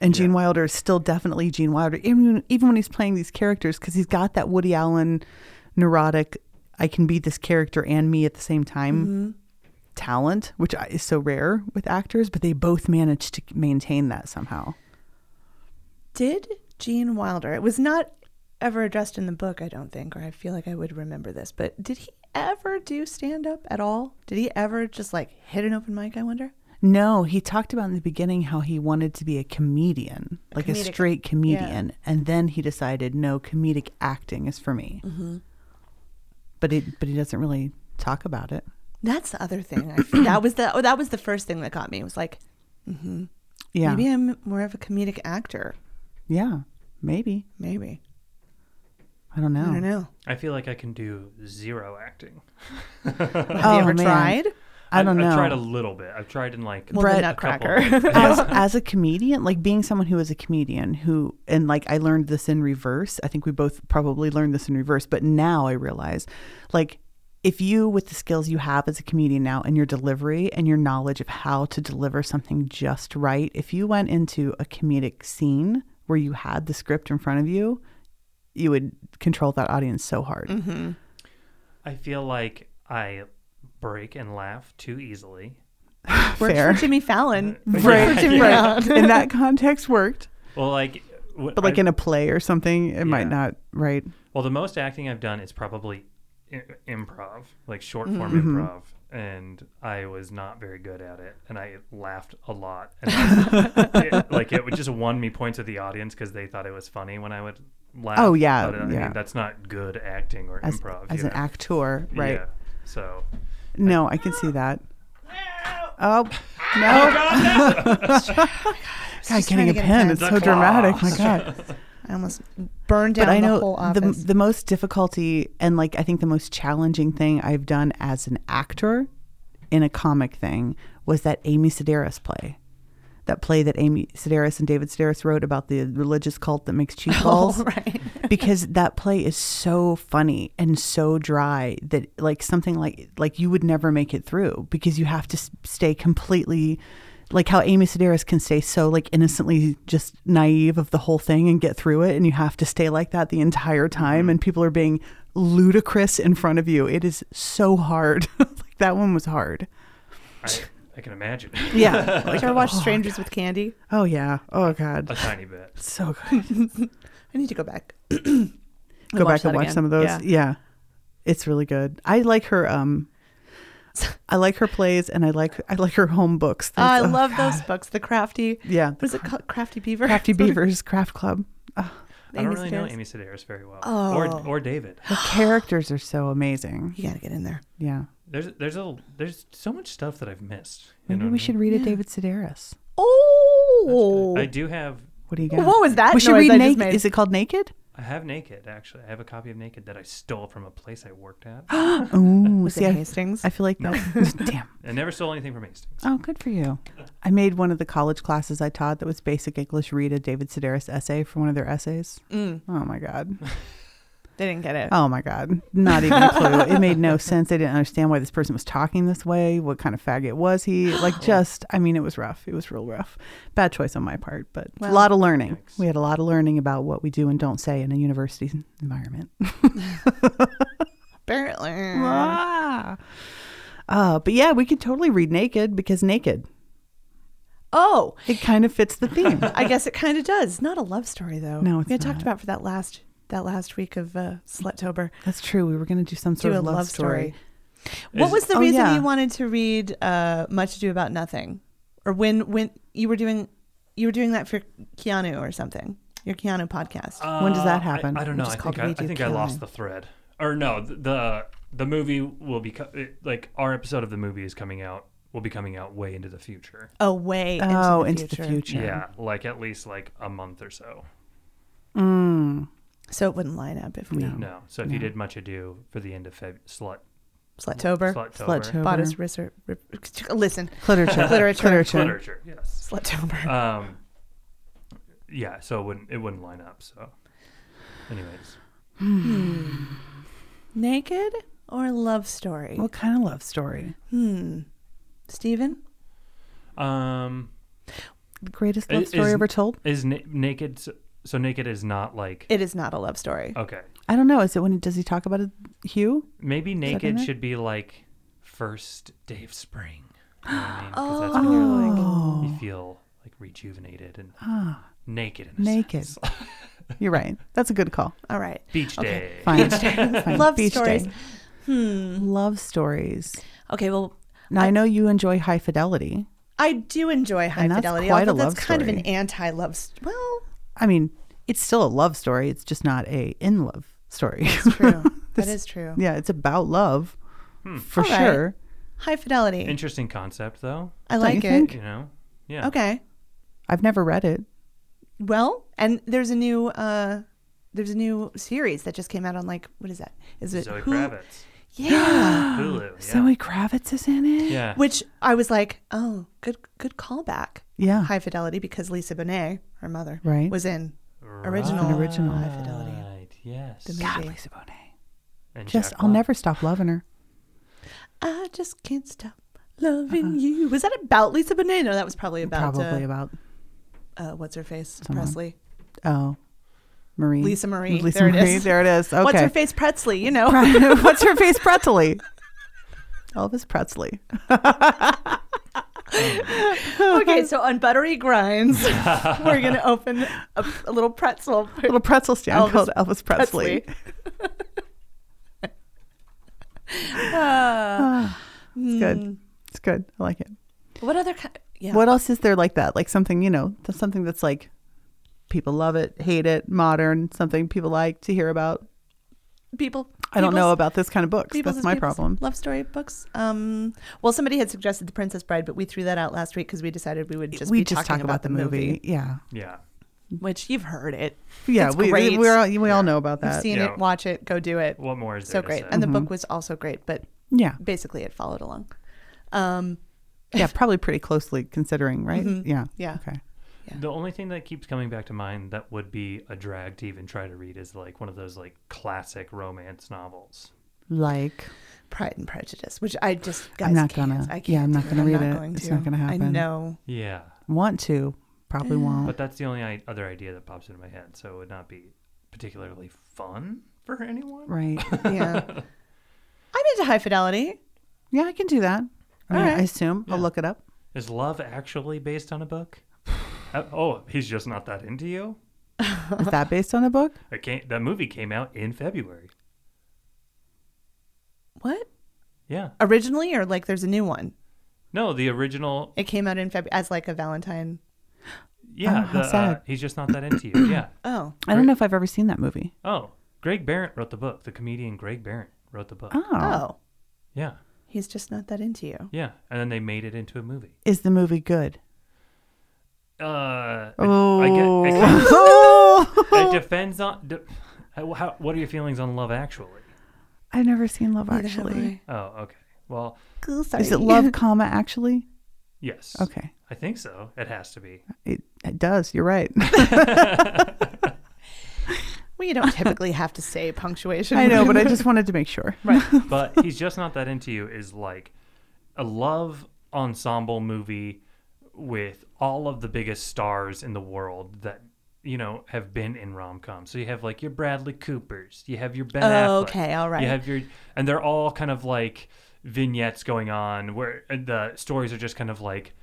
S5: and Gene Wilder is still definitely Gene Wilder, even even when he's playing these characters, because he's got that Woody Allen neurotic. I can be this character and me at the same time. Talent, which I- is so rare with actors, but they both manage to maintain that somehow.
S3: Did Gene Wilder, it was not ever addressed in the book, I don't think, or I feel like I would remember this, but did he ever do stand up at all? Did he ever just like hit an open mic, I wonder?
S5: No, he talked about in the beginning how he wanted to be a comedian, like a
S3: comedic-
S5: straight comedian, and then he decided no, comedic acting is for me.
S3: Mm-hmm.
S5: But it, but he doesn't really talk about it.
S3: That's the other thing. I, that was the oh, that was the first thing that got me. It was like
S5: Yeah,
S3: maybe I'm more of a comedic actor.
S5: yeah, maybe.
S3: Maybe
S5: I don't know.
S3: I don't know.
S4: I feel like I can do zero acting.
S3: Have you
S5: Oh,
S3: ever
S5: man.
S3: tried?
S5: I don't
S4: I've,
S5: know.
S4: I've tried a little bit. I've tried in like
S3: Well, the
S5: Brett-
S3: Nutcracker.
S5: as, as a comedian, like being someone who is a comedian who, and like I learned this in reverse. I think we both probably learned this in reverse, but now I realize, like, if you, with the skills you have as a comedian now and your delivery and your knowledge of how to deliver something just right, if you went into a comedic scene where you had the script in front of you, you would control that audience so hard.
S4: Mm-hmm. I feel like I break and laugh too easily.
S3: Worked
S5: Fair.
S3: for Jimmy Fallon.
S5: Right. right. in that context, worked.
S4: Well, like, w-
S5: But like
S4: I-
S5: in a play or something, it might
S4: Yeah.
S5: not, right?
S4: well, the most acting I've done is probably I- improv, like
S5: Mm-hmm.
S4: short form improv, and I was not very good at it, and I laughed a lot, and I- it, like it would just won me points with the audience because they thought it was funny when I would laugh.
S5: Oh, yeah,
S4: but, uh, I mean,
S5: yeah.
S4: that's not good acting or
S5: As,
S4: improv.
S5: as
S4: you
S5: an
S4: know?
S5: actor, right?
S4: Yeah. So
S5: No, I can see that. Oh no! God,
S3: just trying
S5: getting
S3: to
S5: a
S3: get a
S5: pen.
S3: pen.
S5: It's
S3: The
S5: so dramatic. My God.
S3: I almost burned down
S5: But I know
S3: the whole
S5: the
S3: office.
S5: the most difficulty and like I think the most challenging thing I've done as an actor in a comic thing was that Amy Sedaris play. That play that Amy Sedaris and David Sedaris wrote about the religious cult that makes cheese balls.
S3: right.
S5: because that play is so funny and so dry that like something like like you would never make it through because you have to s- stay completely like how Amy Sedaris can stay so like innocently just naive of the whole thing and get through it and you have to stay like that the entire time and people are being ludicrous in front of you it is so hard like that one was hard
S4: I, I can imagine
S5: yeah
S3: Did you ever watch Strangers with Candy?
S5: oh yeah oh god
S4: a tiny bit.
S5: so good
S3: I need to go back.
S5: go
S3: watch
S5: back and
S3: that
S5: watch
S3: again.
S5: some of those.
S3: Yeah.
S5: Yeah. It's really good. I like her um I like her plays and I like I like her home books.
S3: Oh, I
S5: Those- oh,
S3: love
S5: God.
S3: those books. The Crafty.
S5: Yeah.
S3: What is it called? Crafty Beaver.
S5: Crafty
S3: That's what it-
S5: Beavers Craft Club. Oh,
S4: I don't
S3: Amy
S4: really know
S3: Sedaris.
S4: Amy Sedaris very well,
S3: Oh.
S4: or or David.
S5: the characters are so amazing.
S3: You gotta get in there.
S5: Yeah.
S4: There's there's a there's so much stuff that I've missed. you
S5: Maybe
S4: know what I
S5: we
S4: mean?
S5: should read a David Sedaris.
S3: Oh,
S4: I do have.
S5: What do you got?
S3: What was that
S5: We should
S3: noise
S5: read
S3: I just
S5: Naked.
S3: made?
S5: Is it called Naked?
S4: I have Naked actually. I have a copy of Naked that I stole from a place I worked at.
S5: Oh,
S3: was
S5: see,
S3: it
S5: I,
S3: Hastings?
S5: I feel like that. Damn.
S4: I never stole anything from Hastings.
S5: Oh, good for you. I made one of the college classes I taught that was basic English read a David Sedaris essay for one of their essays.
S3: Mm.
S5: Oh my god.
S3: they didn't get it.
S5: Oh my God. Not even a clue. It made no sense. They didn't understand why this person was talking this way. What kind of faggot was he? Like, just, I mean, it was rough. It was real rough. Bad choice on my part, but a lot of learning. We had a lot of learning about what we do and don't say in a university environment.
S3: Apparently,
S5: ah. Uh, but yeah, we could totally read Naked because Naked,
S3: oh,
S5: it kind of fits the theme.
S3: I guess it kind of does. Not a love story though.
S5: No, it's
S3: we had talked
S5: not.
S3: about for that last that last week of uh, Sluttober.
S5: That's true. We were going to do some
S3: Do
S5: sort
S3: a
S5: of
S3: love,
S5: love,
S3: story.
S4: Is-
S3: What was the
S5: Oh,
S3: reason
S5: yeah.
S3: you wanted to read uh, Much Ado About Nothing, or when when you were doing you were doing that for Keanu or something? Your Keanu podcast.
S5: Oh. When does
S4: Uh,
S5: that happen?
S4: I, I don't
S5: Which
S4: know.
S5: is
S4: I
S5: called
S4: think I, I
S5: Radio
S4: think I lost
S5: Killing.
S4: the thread. Or no, th- the the movie will be co- it- like our episode of the movie is coming out will be coming out way into the future.
S3: away into,
S5: oh,
S3: the,
S5: into
S3: future.
S5: the future.
S4: Yeah, like at least like a month or so.
S3: So it wouldn't line up if we
S4: No, so if you did Much Ado for the end of Feb, slut,
S3: Sluttober.
S4: sluttober,
S5: Sluttober.
S3: Bodice riser. Rip, listen,
S5: Literature.
S3: Literature.
S5: Literature.
S4: literature, yes.
S3: Sluttober.
S4: Um, yeah, so it wouldn't it wouldn't line up. So, anyways,
S3: Naked or love story?
S5: What kind of love story?
S3: Steven?
S4: um,
S5: The greatest love
S4: Is-
S5: story ever told?
S4: is na- naked s- so naked is not like
S3: It is not a love story.
S4: okay.
S5: I don't know. Is it when he, does he talk about it? Hugh?
S4: Maybe
S5: in
S4: naked
S5: there?
S4: should be like first day of spring. You know what I mean? 'Cause that's when you're like you feel like rejuvenated and naked. In a
S5: Naked.
S4: sense.
S5: You're right. That's a good call.
S3: All right.
S4: Beach day.
S5: Fine. Fine.
S3: Love
S5: Beach
S3: stories. Hmm.
S5: day. Love stories.
S3: Okay, well,
S5: Now I, know you enjoy high fidelity.
S3: I do enjoy high
S5: And that's
S3: fidelity.
S5: quite a
S3: although that's
S5: love
S3: kind of an
S5: story.
S3: anti love. St- well,
S5: I mean, it's still a love story. It's just not a in love story.
S3: true. that is true.
S5: yeah, it's about love
S4: Hmm.
S5: for
S3: All right.
S5: sure.
S3: High fidelity.
S4: Interesting concept though.
S3: I like
S5: you
S3: it.
S5: think?
S4: You know. Yeah.
S3: Okay.
S5: I've never read it.
S3: Well, and there's a new uh there's a new series that just came out on like what is that? Is it
S4: Zoe
S3: Hulu?
S4: Kravitz.
S3: Yeah.
S4: Hulu. Yeah.
S5: Zoe Kravitz is in it.
S4: yeah.
S3: Which I was like, oh, good good callback.
S5: Yeah.
S3: High Fidelity because Lisa Bonet, her mother,
S5: Right.
S3: was in original
S5: An original.
S3: High Fidelity.
S4: Right, Yes.
S5: God,
S3: movie.
S5: Ah, Lisa Bonet.
S4: And
S5: Just,
S4: Jack
S5: I'll
S4: Black.
S5: never stop loving her.
S3: I just can't stop loving you. Was that about Lisa Bonet? No, that was probably about
S5: Uh-huh. Probably
S3: uh,
S5: about,
S3: uh, what's her face
S5: Someone.
S3: Presley.
S5: oh, Marie.
S3: Lisa Marie.
S5: Lisa
S3: There it
S5: Marie.
S3: is.
S5: There it is. Okay.
S3: What's her face Presley? You know.
S5: What's her face? Pretzely. Elvis Presley.
S3: okay, so on buttery grinds, we're gonna open a, a little pretzel.
S5: Little pretzel stand
S3: Elvis
S5: called Elvis Presley. Uh, It's good. It's good. I like it.
S3: Uh, What other kind? Hmm. Yeah.
S5: What else is there like that? Like something, you know, th- something that's like people love it, hate it, modern, something people like to hear about.
S3: people?
S5: I don't know
S3: people's-
S5: about this kind of books.
S3: people's
S5: That's
S3: is
S5: my
S3: people's
S5: problem.
S3: Love story books. Um, well, somebody had suggested The Princess Bride, but we threw that out last week because we decided we would just
S5: we
S3: be
S5: just
S3: talking
S5: talk about the movie. Yeah.
S4: Yeah.
S3: which you've heard it.
S5: Yeah,
S3: It's
S5: we, we,
S3: great.
S5: we're all, we all know about
S3: You've
S5: that. Mm-hmm.
S3: seen
S4: Yeah.
S3: it, watch it, go do it.
S4: What more is
S3: so
S4: there to
S3: great,
S4: say?
S3: and the book was also great, but
S5: Yeah.
S3: basically it followed along. Um,
S5: Yeah, probably pretty closely considering, right? Yeah.
S3: Mm-hmm. Yeah.
S5: Okay.
S4: The only thing that keeps coming back to mind that would be a drag to even try to read is like one of those like classic romance novels.
S5: Like,
S3: Pride and Prejudice, which I just guys
S5: I'm not
S3: can't.
S5: gonna-
S3: I can't
S5: yeah, I'm not
S3: do
S5: gonna
S3: I'm
S5: read
S3: not
S5: it.
S3: Going
S5: It's
S3: to.
S5: not gonna
S3: I
S5: happen.
S3: know.
S4: Yeah.
S5: want to, probably won't.
S4: But that's the only I- other idea that pops into my head. So it would not be particularly fun for anyone.
S5: Right.
S3: Yeah. I'm into high fidelity.
S5: Yeah, I can do that. I, mean,
S3: right.
S5: I assume. I'll look it up.
S4: Is love actually based on a book? Uh, oh, he's just not that into you.
S5: Is that based on a book?
S4: It came, that movie came out in February.
S3: What?
S4: Yeah.
S3: Originally, or like there's a new one.
S4: No, the original.
S3: It came out in February as like a Valentine.
S4: Yeah.
S5: Oh, how
S4: the, uh,
S5: sad.
S4: he's just not that into you. Yeah.
S3: Oh,
S5: I don't know if I've ever seen that movie.
S4: Oh, Greg Barrett wrote the book. The comedian Greg Barrett wrote the book.
S5: Oh.
S3: oh,
S4: Yeah.
S3: he's just not that into you.
S4: Yeah. And then they made it into a movie.
S5: Is the movie good?
S4: Uh,
S5: Oh.
S4: I, I get, it, kind
S5: Oh.
S4: of- it depends on. De- how, how- what are your feelings on Love Actually?
S5: I've never seen Love
S3: Neither have
S5: Actually.
S4: Oh, okay. Well,
S3: Cool, sorry.
S5: Is it Love, comma, actually?
S4: yes.
S5: Okay.
S4: I think so. It has to be.
S5: It, it does. You're right.
S3: We don't typically have to say punctuation.
S5: I know, but I just wanted to make sure. Right.
S4: But he's just not that into you is like a love ensemble movie with all of the biggest stars in the world that you know have been in rom coms. So you have like your Bradley Coopers, you have your Ben
S3: Oh,
S4: Affleck,
S3: okay, all right.
S4: You have your and they're all kind of like vignettes going on where uh, the stories are just kind of like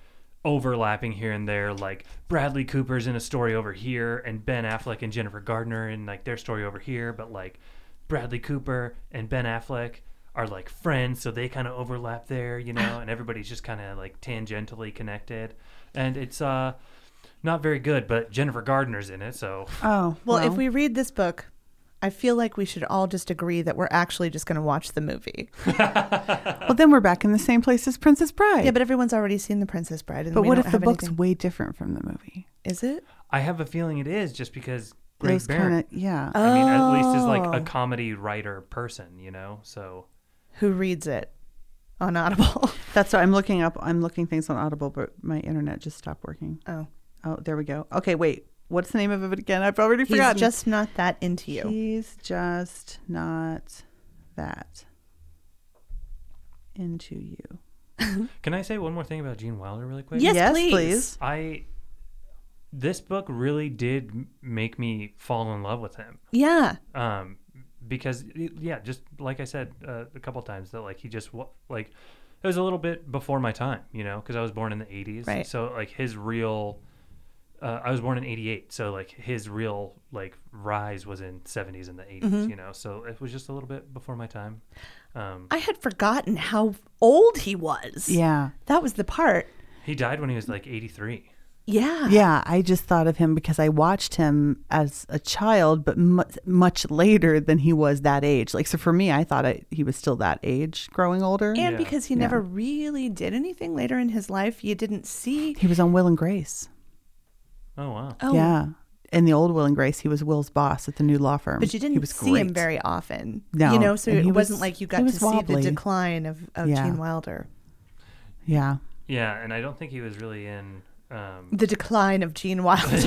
S4: overlapping here and there like Bradley Cooper's in a story over here and Ben Affleck and Jennifer Gardner in like their story over here but like Bradley Cooper and Ben Affleck are like friends so they kind of overlap there you know and everybody's just kind of like tangentially connected and it's uh not very good but Jennifer Gardner's in it so
S5: Oh.
S3: well, if we read this book, I feel like we should all just agree that we're actually just going to watch the movie.
S5: Well, then we're back in the same place as Princess Bride.
S3: Yeah, but everyone's already seen The Princess Bride. And
S5: but
S3: we
S5: what
S3: don't
S5: if the
S3: have
S5: book's
S3: anything-
S5: way different from the movie?
S3: Is it?
S4: I have a feeling it is just because Greg
S5: Those
S4: Barrett,
S5: kind of yeah.
S4: I mean, at least is like
S3: Oh.
S4: a comedy writer person, you know? So
S3: Who reads it on Audible?
S5: That's what I'm looking up. I'm looking things on Audible, but my internet just stopped working.
S3: oh,
S5: Oh, there we go. Okay, wait. What's the name of it again? I've already
S3: he's
S5: forgotten.
S3: just not that into you.
S5: He's just not that into you.
S4: can I say one more thing about Gene Wilder really quick?
S3: Yes,
S5: yes,
S3: please.
S5: please.
S4: I this book really did m- make me fall in love with him.
S3: Yeah,
S4: um because y- yeah just like i said uh, a couple times that like he just wa- like it was a little bit before my time you know because i was born in the 80s
S3: Right.
S4: so like his real uh, i was born in 88 so like his real like rise was in 70s and the 80s
S3: Mm-hmm.
S4: you know so it was just a little bit before my time um
S3: I had forgotten how old he was.
S5: Yeah.
S3: that was the part.
S4: he died when he was like 83
S3: Yeah,
S5: Yeah, I just thought of him because I watched him as a child, but mu- much later than he was that age. Like, so for me, I thought I, he was still that age, growing older.
S3: and
S4: Yeah.
S3: because he never really did anything later in his life, you didn't see.
S5: he was on Will and Grace.
S4: oh wow
S3: Oh,
S5: Yeah. In the old Will and Grace, he was Will's boss at the new law firm.
S3: But you
S5: he
S3: didn't
S5: was
S3: see him
S5: great.
S3: very often.
S5: No,
S3: You know, so
S5: and
S3: it
S5: he
S3: wasn't
S5: was-
S3: like you
S5: he
S3: got to
S5: was
S3: see the
S5: wobbly.
S3: decline of, of
S5: Yeah.
S3: Gene Wilder.
S5: Yeah.
S4: yeah and i don't think he was really in um
S3: The decline of Gene Wilder.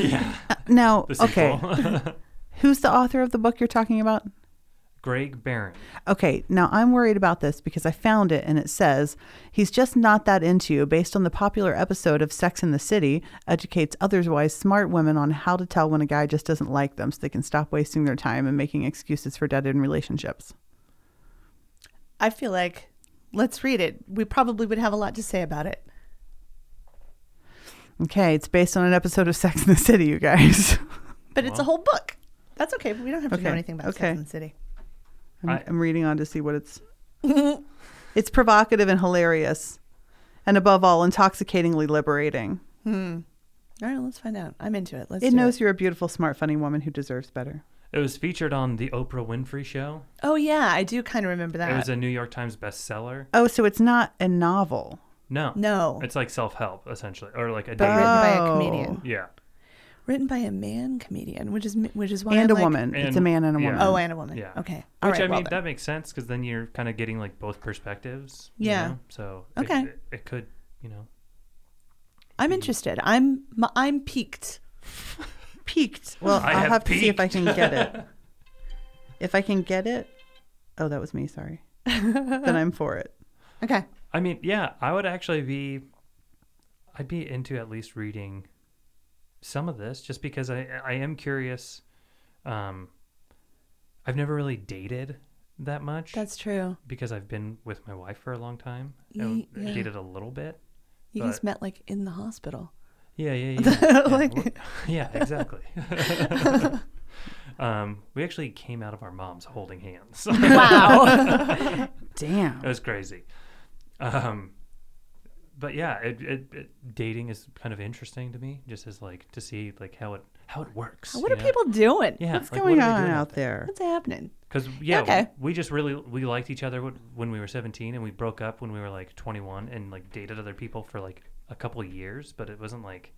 S5: Now,
S4: the
S5: okay,
S4: sequel.
S5: who's the author of the book you're talking about?
S4: greg barron
S5: Okay, now I'm worried about this because I found it and it says he's just not that into you based on the popular episode of Sex in the City, educates otherwise smart women on how to tell when a guy just doesn't like them so they can stop wasting their time and making excuses for dead end relationships.
S3: I feel like let's read it. We probably would have a lot to say about it.
S5: Okay, it's based on an episode of Sex in the City, you guys.
S3: But it's a whole book. That's okay. We don't have to know
S5: Okay.
S3: anything about
S5: Okay.
S3: Sex and the City.
S5: I'm,
S4: I-
S5: I'm reading on to see what it's. it's provocative and hilarious, and above all, intoxicatingly liberating.
S3: All right, let's find out. I'm into it. Let's
S5: It
S3: do
S5: knows you're a beautiful, smart, funny woman who deserves better.
S4: it was featured on the oprah winfrey show
S3: Oh yeah, I do kind of remember that.
S4: It was a New York Times bestseller.
S5: Oh, so it's not a novel.
S4: No.
S3: No.
S4: It's like self help, essentially, or like a
S3: but written
S4: daily-
S3: by a
S5: Oh.
S3: comedian.
S4: Yeah.
S3: Written by a man comedian, which is which is why
S5: and
S3: I'm
S5: a
S3: like-
S5: woman. it's a man and a
S4: yeah.
S5: woman.
S3: Oh, and a woman.
S4: Yeah.
S3: Okay. All
S4: Which
S3: right.
S4: I mean,
S3: well then.
S4: that makes sense because then you're kind of getting like both perspectives. you
S3: Yeah.
S4: know? So it-
S3: Okay.
S4: it, it could, you know.
S3: I'm interested. I'm m- I'm peaked.
S5: peaked. Well,
S4: I
S5: I'll
S4: have
S5: have, to see if I can get it. if I can get it, oh, that was me. Sorry. then I'm for it.
S3: Okay.
S4: I mean, yeah, I would actually be, I'd be into at least reading some of this just because I I am curious. Um, I've never really dated that much
S3: That's true.
S4: because I've been with my wife for a long time.
S3: Ye-
S4: I
S3: yeah.
S4: dated a little bit.
S3: You
S4: But-
S3: guys met like in the hospital.
S4: Yeah, yeah, yeah. yeah.
S3: Like-
S4: we're- yeah, exactly. um, we actually came out of our moms holding hands. it
S3: Wow.
S5: Damn.
S4: was crazy. Um, but yeah, it, it, it, dating is kind of interesting to me, just as like to see like how it how it works.
S3: what
S4: you
S3: are
S4: know?
S3: people doing?
S4: Yeah,
S5: What's
S4: like, what
S5: going
S4: are they
S5: on
S4: doing
S5: out there?
S3: What's happening?
S4: Because yeah,
S3: Okay.
S4: we just really we liked each other wh- when we were seventeen, and we broke up when we were like twenty one, and like dated other people for like a couple years, but it wasn't like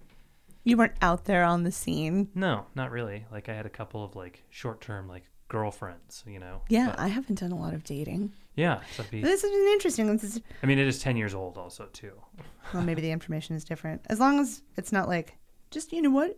S3: You weren't out there on the scene.
S4: No, not really. Like I had a couple of like short term like girlfriends, you know.
S3: Yeah,
S4: but-
S3: I haven't done a lot of dating.
S4: yeah. So it'd be,
S3: This is an interesting one. This is-
S4: I mean, it is ten years old also too.
S3: Well, maybe the information is different. As long as it's not like, just, you know what?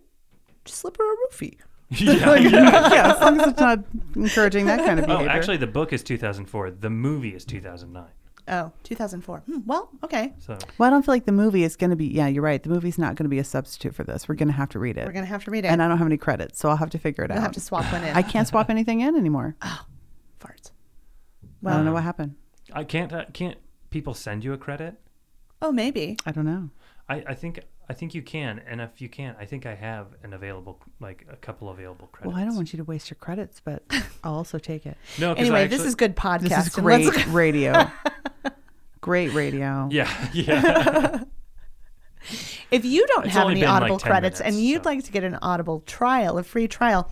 S3: Just slip her a roofie.
S4: yeah.
S5: yeah, as long as it's not encouraging that kind of
S4: Oh,
S5: behavior.
S4: actually, the book is 2004. The movie is 2009.
S3: Oh, 2004. Hmm, well, okay.
S4: So
S5: well, I don't feel like the movie is going to be. Yeah, you're right. The movie's not going to be a substitute for this. We're going to have to read it.
S3: We're going to have to read it.
S5: and
S3: And
S5: I don't have any credits, so I'll have to figure it
S3: I'll
S5: out.
S3: have to swap one in.
S5: I can't swap anything in anymore.
S3: Farts.
S5: I don't know
S4: Um,
S5: what happened.
S4: I can't I can't people send you a credit?
S3: Oh, maybe.
S5: I don't know.
S4: I, I think I think you can, and if you can't, I think I have an available like a couple available credits.
S5: Well, I don't want you to waste your credits, but I'll also take it.
S4: No, 'cause I
S3: Anyway, this
S4: actually-
S3: is good podcast.
S5: This is
S3: and let's-
S5: great radio. great radio.
S4: Yeah, yeah.
S3: If you don't
S4: It's
S3: have
S4: only
S3: any
S4: been like
S3: Audible
S4: 10
S3: credits
S4: minutes,
S3: and you'd
S4: so-
S3: like to get an Audible trial, a free trial,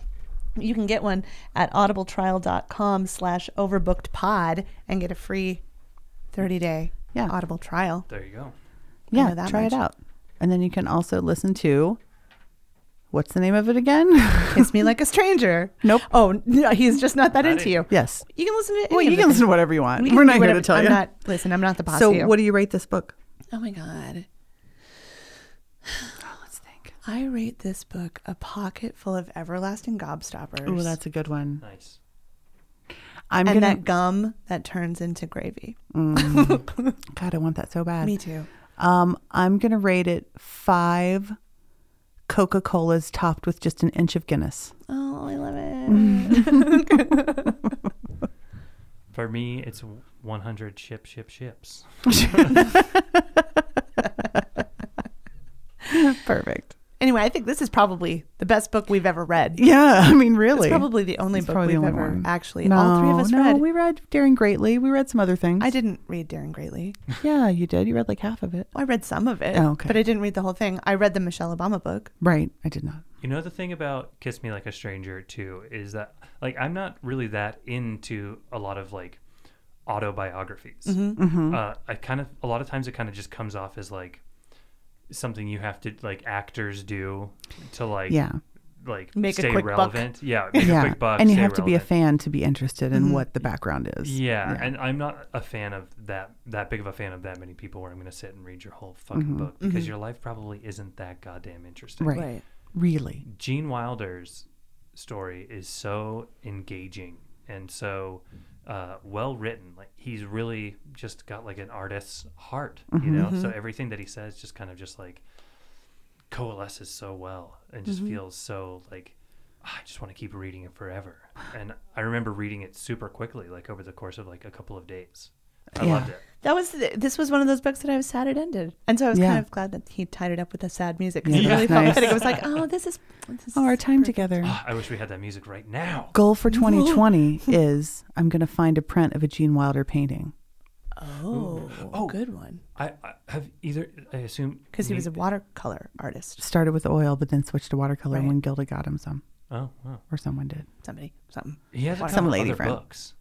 S3: You can get one at audibletrial.com slash overbookedpod and get a free 30-day
S5: Yeah.
S3: Audible trial.
S4: There you go.
S3: know
S5: Yeah,
S3: that
S5: try it
S3: much.
S5: out. And then you can also listen to what's the name of it again?
S3: Kiss Me Like a Stranger.
S5: Nope.
S3: Oh, no, he's just not that
S4: Not
S3: into
S4: it.
S3: you.
S5: yes.
S3: You can listen to any of
S5: Well, you
S3: the
S5: can listen to
S3: things.
S5: whatever you want.
S3: We
S5: We're
S3: can
S5: not
S3: do
S5: here to
S3: whatever-
S5: tell
S3: I'm
S5: you.
S3: Not, listen, I'm not the boss
S5: so,
S3: of you.
S5: what do you rate this book?
S3: Oh, my God.
S5: Let's think.
S3: I rate this book a pocket full of everlasting gobstoppers.
S5: Oh, that's a good one.
S4: Nice.
S5: I'm
S3: and
S5: gonna.
S3: that gum that turns into gravy.
S5: God, I want that so bad.
S3: Me too.
S5: Um, I'm gonna rate it five Coca Colas topped with just an inch of Guinness.
S3: Oh, I love it.
S4: For me, it's 100 ship, ship, ships.
S5: Perfect.
S3: anyway, I think this is probably the best book we've ever read.
S5: Yeah, I mean,
S3: It's
S5: really.
S3: probably the only
S5: It's
S3: book
S5: probably
S3: we've
S5: the
S3: ever
S5: only one.
S3: actually
S5: no,
S3: all three of us
S5: no,
S3: read.
S5: we read Daring Greatly. We read some other things.
S3: I didn't read Daring Greatly.
S5: Yeah, you did. You read like half of it.
S3: I read some of it,
S5: Oh, okay.
S3: but I didn't read the whole thing. I read the Michelle Obama book.
S5: Right. I did not.
S4: You know the thing about Kiss Me Like a Stranger too is that like I'm not really that into a lot of like autobiographies.
S5: Mm-hmm.
S4: Uh, I kind of a lot of times it kind of just comes off as like something you have to like actors do to like
S5: Yeah.
S4: like
S3: Make a
S4: stay
S3: quick buck.
S4: relevant. Yeah, make a
S5: Yeah.
S4: quick buck.
S5: and you
S4: stay
S5: have to be a
S4: relevant.
S5: fan to be interested
S3: Mm-hmm.
S5: in what the background is.
S4: Yeah, and I'm not a fan of that that big of a fan of that many people where I'm going to sit and read your whole fucking book because your life probably isn't that goddamn interesting.
S5: Mm-hmm. Right. Right. Really.
S4: Gene Wilder's story is so engaging and so uh, well written. Like he's really just got like an artist's heart,
S5: Mm-hmm,
S4: you know. So everything that he says just kind of just like coalesces so well and
S5: Mm-hmm.
S4: just feels so like "Ah, I just want to keep reading it forever. And I remember reading it super quickly, like over the course of like a couple of days. I
S5: Yeah.
S4: loved it.
S3: That was this was one of those books that I was sad it ended, and so I was
S5: Yeah.
S3: kind of glad that he tied it up with the sad music. 'cause
S5: Yeah,
S3: it really
S5: that's
S3: felt
S5: nice.
S3: fitting. It was like, oh, this is this is
S5: Oh, our time
S3: perfect.
S5: together.
S4: Ah, I wish we had that music right now.
S5: Goal for 2020 is I'm going to find a print of a Gene Wilder painting.
S3: Oh,
S4: Oh.
S3: good one.
S4: I, I have either. I assume
S3: Because he was a
S4: nei-
S3: watercolor artist.
S5: Started with oil, but then switched to watercolor
S3: Right.
S5: when Gilda got him some,
S4: Oh wow.
S5: or someone did.
S3: Somebody, something.
S4: He has a
S5: Some
S4: couple
S5: lady
S4: other
S5: friend.
S4: books.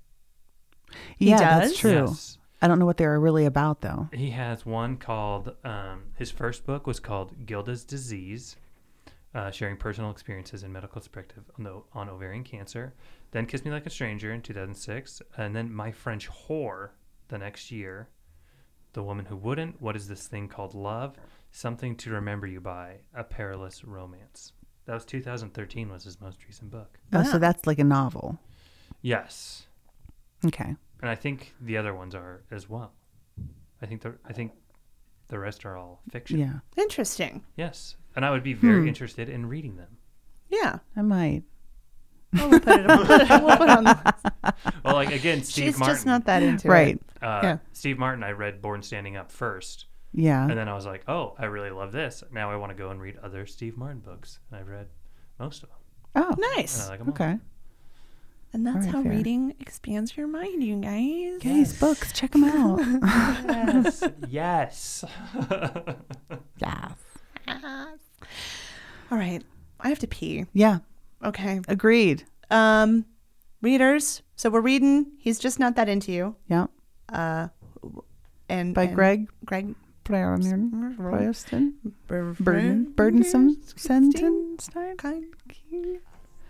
S5: yeah,
S3: does?
S5: that's true.
S4: Yes.
S5: I don't know what they were really about, though.
S4: He has one called, um, his first book was called Gilda's Disease, uh, sharing personal experiences and medical perspective on, the, on ovarian cancer. Then Kiss Me Like a Stranger in 2006. And then My French Whore the next year. The Woman Who Wouldn't, What Is This Thing Called Love? Something to Remember You By, A Perilous Romance. That was 2013 was his most recent book.
S5: Oh,
S3: Ah.
S5: so that's like a novel.
S4: Yes.
S5: Okay.
S4: And I think the other ones are as well. I think the, I think the rest are all fiction.
S5: Yeah,
S3: Interesting.
S4: Yes, and I would be
S3: Hmm.
S4: very interested in reading them.
S3: Yeah.
S5: I might.
S3: Well, we'll put it, we'll put it, we'll put it on the
S4: Well, like again, Steve
S3: She's
S4: Martin.
S3: just not that into
S5: right.
S3: it.
S4: uh,
S3: yeah.
S4: Steve Martin. I read Born Standing Up first,
S5: Yeah.
S4: and then I was like, oh, I really love this. Now I want to go and read other Steve Martin books, and I've read most of them.
S5: oh,
S4: And I
S3: Nice.
S4: like 'em all.
S5: okay.
S3: Uh, and that's
S5: Alright,
S3: how
S5: fair.
S3: reading expands your mind, you guys.
S5: Yeah, these books, check them out.
S4: Yes. yes.
S5: yes.
S3: All right. I have to pee.
S5: Yeah,
S3: Okay.
S5: agreed.
S3: Um, readers. So we're reading. He's just not that into you.
S5: Yeah.
S3: And
S5: By
S3: and
S5: Greg
S3: Greg.
S5: Pryorman. Pryorsten.
S3: Bur-
S5: Burden. Burdensome.
S3: Stein-
S5: Sentenstein.
S3: Kind.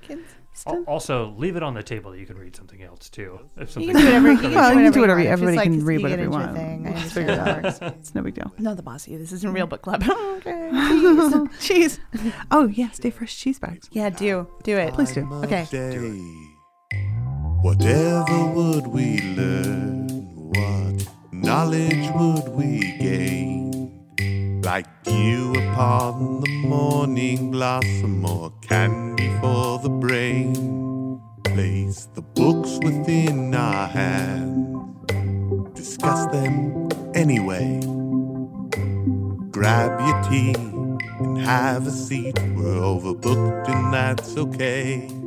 S3: Kids.
S4: Al- also, leave it on the table that you can read something else too. If
S3: You
S4: something
S3: can do whatever. You can,
S5: Well, you can
S3: do whatever.
S5: do whatever-
S3: you want. If it's
S5: everybody
S3: like
S5: can
S3: you
S5: read
S3: get
S5: whatever you
S3: into a
S5: want.
S3: Thing, I
S5: We'll
S3: understand
S5: figure it
S3: how
S5: out. Mm-hmm.
S3: works.
S5: It's no big deal.
S3: Not the boss of you. This isn't a real book club. okay.
S5: Cheese. Oh, yeah, stay fresh cheese bags.
S3: Yeah, do do it.
S5: Please do.
S3: Okay.
S2: Day. Whatever would we learn? What knowledge would we gain? Like dew upon the morning blossom or candy for the brain. Place the books within our hands. Discuss them anyway. Grab your tea and have a seat. We're overbooked and that's okay.